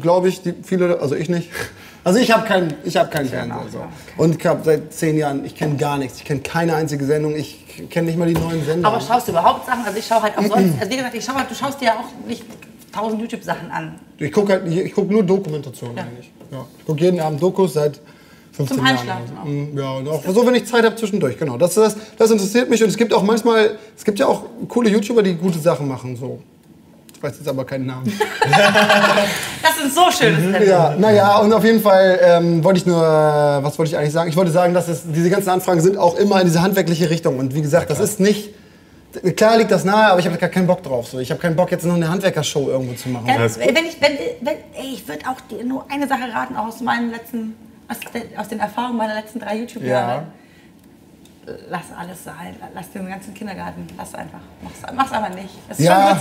Glaube ich, die, viele, also ich nicht. Also ich habe keinen ich hab keinen Fernseher. So. Und ich habe seit zehn Jahren, ich kenne gar nichts. Ich kenne keine einzige Sendung, ich kenne nicht mal die neuen Sender.
Aber schaust du überhaupt Sachen? Also ich schaue halt auch sonst, also wie gesagt, ich schaue halt, du schaust dir ja auch nicht tausend YouTube-Sachen an.
Ich gucke halt, ich guck nur Dokumentationen eigentlich. Ja. Ich gucke jeden Abend Dokus seit 15
Zum
Jahren.
Einschlafen auch.
Mm, Ja, und auch so, wenn ich Zeit habe zwischendurch, genau. Das, das, das interessiert mich und es gibt auch manchmal, es gibt ja auch coole YouTuber, die gute Sachen machen, so. Ich weiß jetzt aber keinen Namen.
Das sind so schöne Sendungen.
[LAUGHS] ja, naja, und auf jeden Fall ähm, wollte ich nur, äh, was wollte ich eigentlich sagen? Ich wollte sagen, dass es, diese ganzen Anfragen sind auch immer in diese handwerkliche Richtung und wie gesagt, das ist nicht... Klar liegt das nahe, aber ich habe gar keinen Bock drauf. So. Ich habe keinen Bock, jetzt noch eine Handwerkershow irgendwo zu machen.
Ganz, Äh, wenn ich, wenn, wenn, ey, ich würde auch dir nur eine Sache raten, auch aus meinen letzten, aus, de- aus den Erfahrungen meiner letzten drei YouTube-Jahre. Lass alles sein, lass den ganzen Kindergarten, lass einfach. Mach's, mach's aber nicht. Das ist
Ja.
schon gut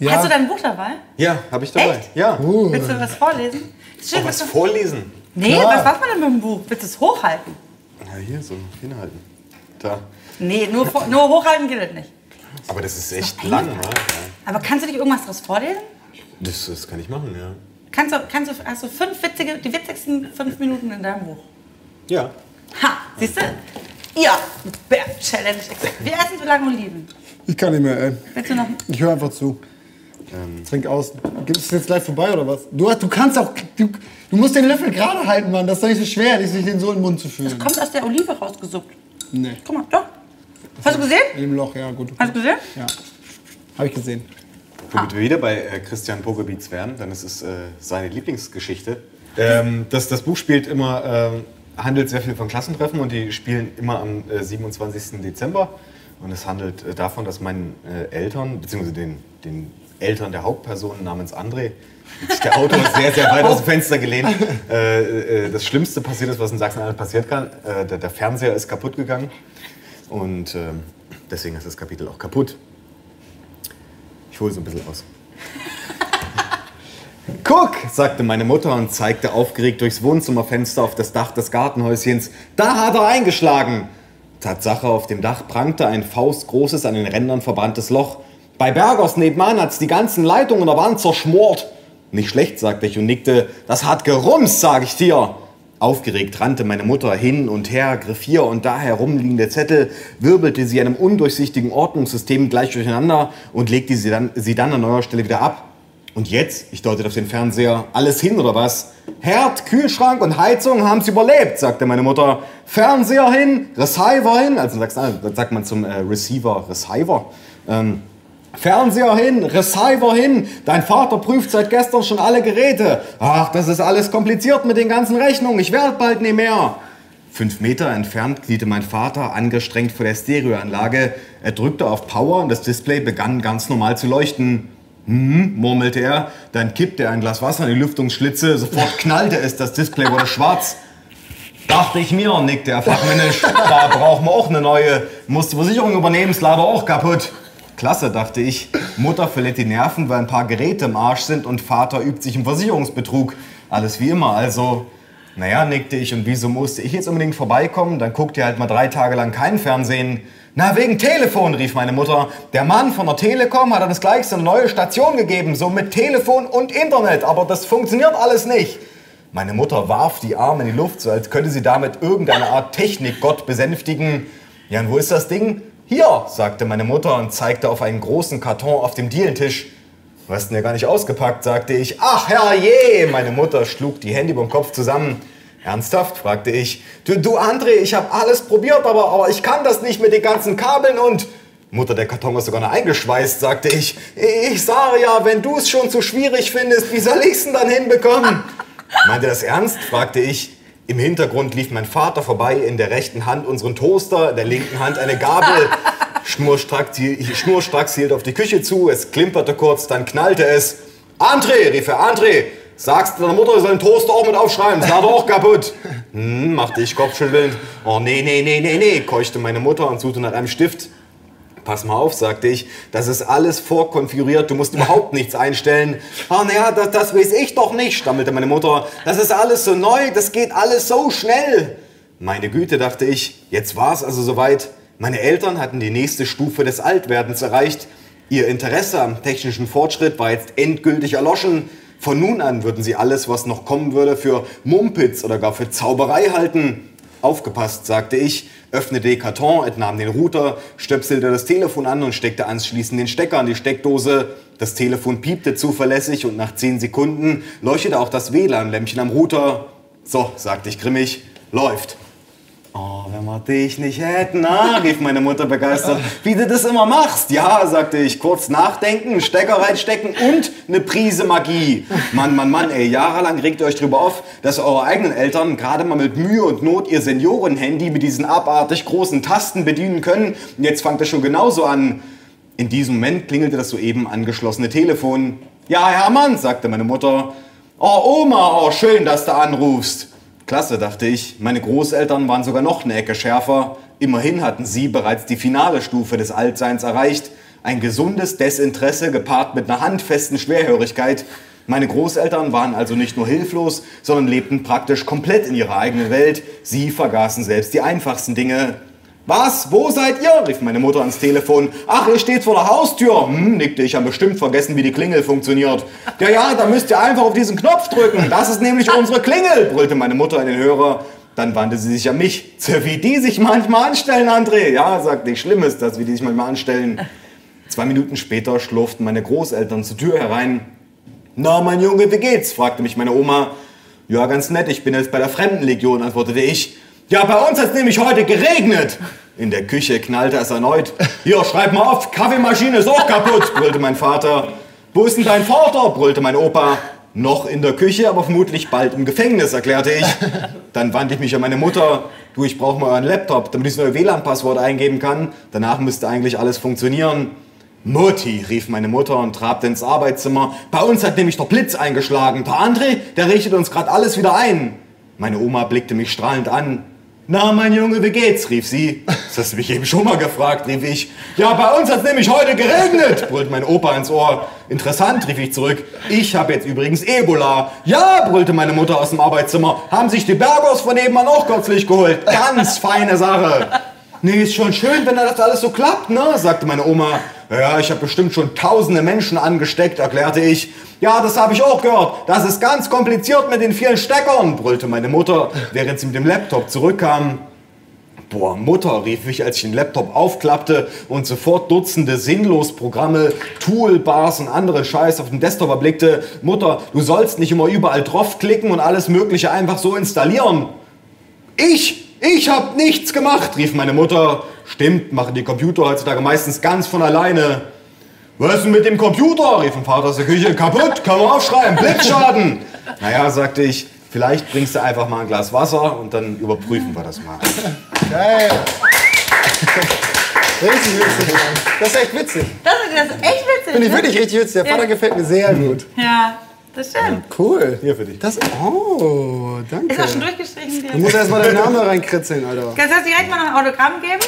so.
Ja. Uh.
Hast du dein Buch dabei?
Ja, habe ich dabei.
Echt?
Ja.
Willst du was vorlesen? Ist schön,
Auch Oh, was
dass du-
vorlesen.
nee,
Klar.
was macht man denn mit dem Buch? Willst du es hochhalten?
Ja, hier, so hinhalten. Da.
Nee, nur, vor- nur hochhalten geht das nicht.
Aber das ist echt lang, ne?
Aber kannst du nicht irgendwas draus vorlesen?
Das, das kann ich machen, ja.
Kannst du, kannst du, hast du fünf witzige, die witzigsten fünf Minuten in deinem Buch?
Ja.
Ha, siehst du? Ja, Bär Challenge. Wir essen so lange Oliven.
Ich kann nicht mehr, ey.
Willst du noch?
Ich höre einfach zu. Trink aus. Gibt es jetzt gleich vorbei oder was? Du, du kannst auch. Du, du musst den Löffel gerade halten, Mann. Das ist doch nicht so schwer, dich nicht den so in den Mund zu führen.
Kommt aus der Olive rausgesuppt.
Nee.
Guck mal, doch. Hast du gesehen?
In dem Loch, ja, gut.
Hast du gesehen?
Ja. Hab ich gesehen.
Womit wir wieder bei äh, Christian Poggebitz wären, dann ist es äh, seine Lieblingsgeschichte. Ähm, das, das Buch spielt immer, ähm, handelt sehr viel von Klassentreffen und die spielen immer am äh, 27. Dezember. Und es handelt äh, davon, dass meinen äh, Eltern, beziehungsweise den, den Eltern der Hauptperson namens André, sich der [LAUGHS] Autor sehr, sehr weit aus dem Fenster gelehnt, äh, äh, das Schlimmste passiert ist, was in Sachsen-Anhalt passiert kann. Äh, der, der Fernseher ist kaputt gegangen und ähm, deswegen ist das Kapitel auch kaputt. Ich hole so ein bisschen aus. Guck, sagte meine Mutter und zeigte aufgeregt durchs Wohnzimmerfenster auf das Dach des Gartenhäuschens. Da hat er eingeschlagen. Tatsache, auf dem Dach prangte ein faustgroßes, an den Rändern verbranntes Loch. Bei Bergers nebenan hat's die ganzen Leitungen der Wand zerschmort. Nicht schlecht, sagte ich und nickte. Das hat gerumst, sag ich dir. Aufgeregt rannte meine Mutter hin und her, griff hier und da herumliegende Zettel, wirbelte sie einem undurchsichtigen Ordnungssystem gleich durcheinander und legte sie dann, sie dann an neuer Stelle wieder ab. Und jetzt, ich deutete auf den Fernseher, alles hin oder was? Herd, Kühlschrank und Heizung haben's überlebt, sagte meine Mutter. Fernseher hin, Receiver hin, also in Sachsen-Anhalt sagt man zum äh, Receiver, Receiver. Ähm, Fernseher hin, Receiver hin, dein Vater prüft seit gestern schon alle Geräte. Ach, das ist alles kompliziert mit den ganzen Rechnungen, ich werde bald nie mehr. Fünf Meter entfernt kniete mein Vater angestrengt vor der Stereoanlage. Er drückte auf Power und das Display begann ganz normal zu leuchten. Hm, murmelte er, dann kippte er ein Glas Wasser in die Lüftungsschlitze, sofort knallte es, das Display wurde schwarz. Dachte ich mir, nickte er fachmännisch. Da brauchen wir auch eine neue. Musste Versicherung übernehmen, ist leider auch kaputt. Klasse, dachte ich. Mutter verliert die Nerven, weil ein paar Geräte im Arsch sind und Vater übt sich im Versicherungsbetrug. Alles wie immer, also. Naja, nickte ich. Und wieso musste ich jetzt unbedingt vorbeikommen? Dann guckt ihr halt mal drei Tage lang kein Fernsehen. Na, wegen Telefon, rief meine Mutter. Der Mann von der Telekom hat uns gleich so eine neue Station gegeben, so mit Telefon und Internet. Aber das funktioniert alles nicht. Meine Mutter warf die Arme in die Luft, so als könnte sie damit irgendeine Art Technikgott besänftigen. Ja, und wo ist das Ding? Hier, sagte meine Mutter und zeigte auf einen großen Karton auf dem Dielentisch. Du hast ihn ja gar nicht ausgepackt, sagte ich. Ach, herrje! Meine Mutter schlug die Hände über den Kopf zusammen. Ernsthaft? fragte ich. Du, du André, ich habe alles probiert, aber, aber ich kann das nicht mit den ganzen Kabeln und... Mutter, der Karton ist sogar noch eingeschweißt, sagte ich. Ich sage ja, wenn du es schon zu schwierig findest, wie soll ich's denn dann hinbekommen? Meint ihr das ernst? fragte ich. Im Hintergrund lief mein Vater vorbei, in der rechten Hand unseren Toaster, in der linken Hand eine Gabel. Schnurstracks, hiel- schnurstracks hielt auf die Küche zu, es klimperte kurz, dann knallte es. André, rief er, André, sagst deiner Mutter, sie soll den Toaster auch mit aufschreiben, ist leider auch kaputt. Hm, machte ich kopfschüttelnd. Oh nee, nee, nee, nee, nee, keuchte meine Mutter und suchte nach einem Stift. Pass mal auf, sagte ich, das ist alles vorkonfiguriert, du musst überhaupt nichts einstellen. Ah, naja, das, das weiß ich doch nicht, stammelte meine Mutter. Das ist alles so neu, das geht alles so schnell. Meine Güte, dachte ich, jetzt war's also soweit. Meine Eltern hatten die nächste Stufe des Altwerdens erreicht. Ihr Interesse am technischen Fortschritt war jetzt endgültig erloschen. Von nun an würden sie alles, was noch kommen würde, für Mumpitz oder gar für Zauberei halten. Aufgepasst, sagte ich, öffnete den Karton, entnahm den Router, stöpselte das Telefon an und steckte anschließend den Stecker an die Steckdose. Das Telefon piepte zuverlässig und nach 10 Sekunden leuchtete auch das WLAN-Lämpchen am Router. So, sagte ich grimmig, läuft. Oh, wenn wir dich nicht hätten, na, rief meine Mutter begeistert. Wie du das immer machst. Ja, sagte ich, kurz nachdenken, Stecker reinstecken und eine Prise Magie. Mann, Mann, Mann, ey, jahrelang regt ihr euch drüber auf, dass eure eigenen Eltern gerade mal mit Mühe und Not ihr Senioren-Handy mit diesen abartig großen Tasten bedienen können. Und jetzt fangt ihr schon genauso an. In diesem Moment klingelte das soeben angeschlossene Telefon. Ja, Hermann, sagte meine Mutter. Oh, Oma, oh, schön, dass du anrufst. Klasse, dachte ich. Meine Großeltern waren sogar noch eine Ecke schärfer. Immerhin hatten sie bereits die finale Stufe des Altseins erreicht. Ein gesundes Desinteresse gepaart mit einer handfesten Schwerhörigkeit. Meine Großeltern waren also nicht nur hilflos, sondern lebten praktisch komplett in ihrer eigenen Welt. Sie vergaßen selbst die einfachsten Dinge. Was? Wo seid ihr? rief meine Mutter ans Telefon. Ach, ihr steht vor der Haustür. Hm, nickte ich, haben bestimmt vergessen, wie die Klingel funktioniert. Ja, ja, da müsst ihr einfach auf diesen Knopf drücken. Das ist nämlich unsere Klingel, brüllte meine Mutter in den Hörer. Dann wandte sie sich an mich. "Tja, Wie die sich manchmal anstellen, André. Ja, sagte ich, schlimm ist das, wie die sich manchmal anstellen. Zwei Minuten später schlurften meine Großeltern zur Tür herein. Na, mein Junge, wie geht's? fragte mich meine Oma. Ja, ganz nett, ich bin jetzt bei der Fremdenlegion, antwortete ich. Ja, bei uns hat's nämlich heute geregnet. In der Küche knallte es erneut. Hier, schreib mal auf, Kaffeemaschine ist auch kaputt, brüllte mein Vater. Wo ist denn dein Vater? brüllte mein Opa. Noch in der Küche, aber vermutlich bald im Gefängnis, erklärte ich. Dann wandte ich mich an meine Mutter. Du, ich brauche mal euren Laptop, damit ich das neue WLAN-Passwort eingeben kann. Danach müsste eigentlich alles funktionieren. Mutti, rief meine Mutter und trabte ins Arbeitszimmer. Bei uns hat nämlich der Blitz eingeschlagen. Der André, der richtet uns gerade alles wieder ein. Meine Oma blickte mich strahlend an. Na, mein Junge, wie geht's? rief sie. Das hast du mich eben schon mal gefragt, rief ich. Ja, bei uns hat's nämlich heute geregnet, brüllt mein Opa ins Ohr. Interessant, rief ich zurück. Ich habe jetzt übrigens Ebola. Ja, brüllte meine Mutter aus dem Arbeitszimmer. Haben sich die Bergers von nebenan auch kürzlich geholt. Ganz feine Sache. Nee, ist schon schön, wenn das alles so klappt, ne? sagte meine Oma. Ja, ich habe bestimmt schon tausende Menschen angesteckt, erklärte ich. Ja, das habe ich auch gehört. Das ist ganz kompliziert mit den vielen Steckern, brüllte meine Mutter, während sie mit dem Laptop zurückkam. Boah, Mutter, rief ich, als ich den Laptop aufklappte und sofort Dutzende sinnlos Programme, Toolbars und anderen Scheiß auf dem Desktop erblickte. Mutter, du sollst nicht immer überall draufklicken und alles Mögliche einfach so installieren. Ich, ich hab nichts gemacht, rief meine Mutter. Stimmt, machen die Computer heutzutage meistens ganz von alleine. Was ist denn mit dem Computer? rief mein Vater aus der Küche. Kaputt, kann man aufschreiben, [LAUGHS] Blitzschaden. Naja, sagte ich, vielleicht bringst du einfach mal ein Glas Wasser und dann überprüfen wir das mal.
Geil. [LAUGHS] Richtig witzig. Mann. Das ist echt witzig.
Das ist, das ist echt witzig.
Finde ich
ne?
wirklich richtig witzig. Der Vater gefällt mir sehr gut.
Ja, das stimmt.
Cool.
Hier für dich.
Das, oh, danke.
Ist auch schon durchgestrichen.
Du
Die
musst erstmal deinen Namen da reinkritzeln, Alter.
Kannst du das direkt mal noch ein Autogramm geben?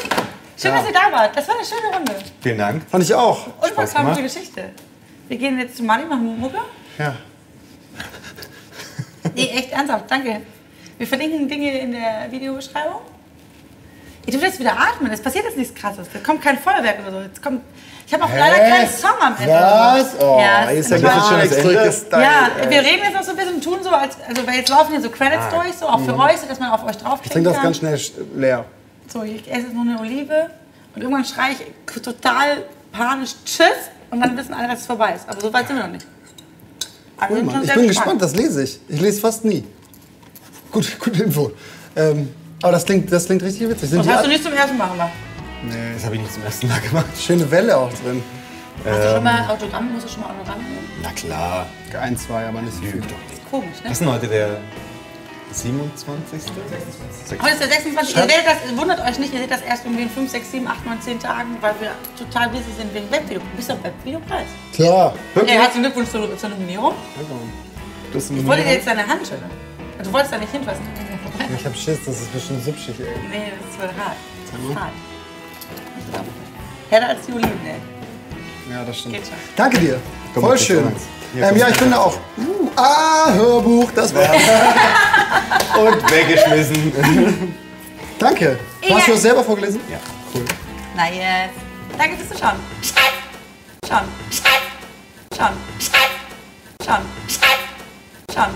Schön, dass ihr da wart. Das war eine schöne Runde.
Vielen Dank.
Fand ich auch.
Und was kam
gemacht.
die Geschichte? Wir gehen jetzt zu Mali, machen Mucke?
Ja.
Nee, echt ernsthaft, danke. Wir verlinken Dinge in der Videobeschreibung. Ihr dürft jetzt wieder atmen, es passiert jetzt nichts krasses. Da kommt kein Feuerwerk oder so. Jetzt kommt, ich habe auch leider
Hä?
keinen Song am Ende.
Was? Oh,
ja,
ist ja
das
gar
war-
nichts
Ende.
durchgestylt.
Ja, wir reden jetzt noch so ein bisschen, tun so, als, also weil jetzt laufen hier so Credits durch, so auch für euch, so dass man auf euch drauf
Ah. Mhm. Ich trinke das ganz schnell sch- leer.
So, ich esse jetzt noch eine Olive und irgendwann schreie ich total panisch Tschüss und dann wissen alle, dass es vorbei ist. Aber so weit sind Also wir noch nicht. Aber wir sind
Cool,
schon
Mann. Ich
sehr
bin gespannt, das lese ich. Ich lese fast nie. Gut, [LAUGHS] gute Info. Ähm, aber das klingt, das klingt richtig witzig. Sind
Das
die
hast du
ab-
nicht zum ersten Mal gemacht.
Nee, das habe ich nicht zum ersten Mal gemacht.
Schöne Welle auch drin.
Hast
Ähm.
du schon mal Autogramm? Musst du schon mal Autogramm nehmen?
Na klar.
Ein, zwei, aber nicht so viel.
Komisch, ne?
Was ist denn heute der 27.?
Heute ist der 26. Ihr werdet das, wundert euch nicht, ihr seht das erst um irgendwie in 5, 6, 7, 8, 9, 10 Tagen, weil wir total busy sind wegen Webvideo. Du bist doch Webvideopreis.
Klar.
Ey, herzlichen Glückwunsch zur, zur Nominierung.
Das ist
Ich wollte dir jetzt deine Hand schütteln. Also, Du wolltest da nicht hinfassen.
Ich hab Schiss, das ist bestimmt subschig, ey.
Nee, das ist wohl hart. Das ist hart. Härter als die Oliven, ey.
Ja, das stimmt.
Geht schon.
Danke dir.
Komm,
Voll
jetzt
schön.
kommt's. Hier
Ähm, ja,
kommt's.
ich finde auch. Uh, ah, Hörbuch, das war.
Und weggeschmissen.
Danke. Hast du das selber vorgelesen?
ja.
Na jetzt. Danke fürs Zuschauen. Schauen. Schauen. Schauen. Schauen. Schauen. Schauen.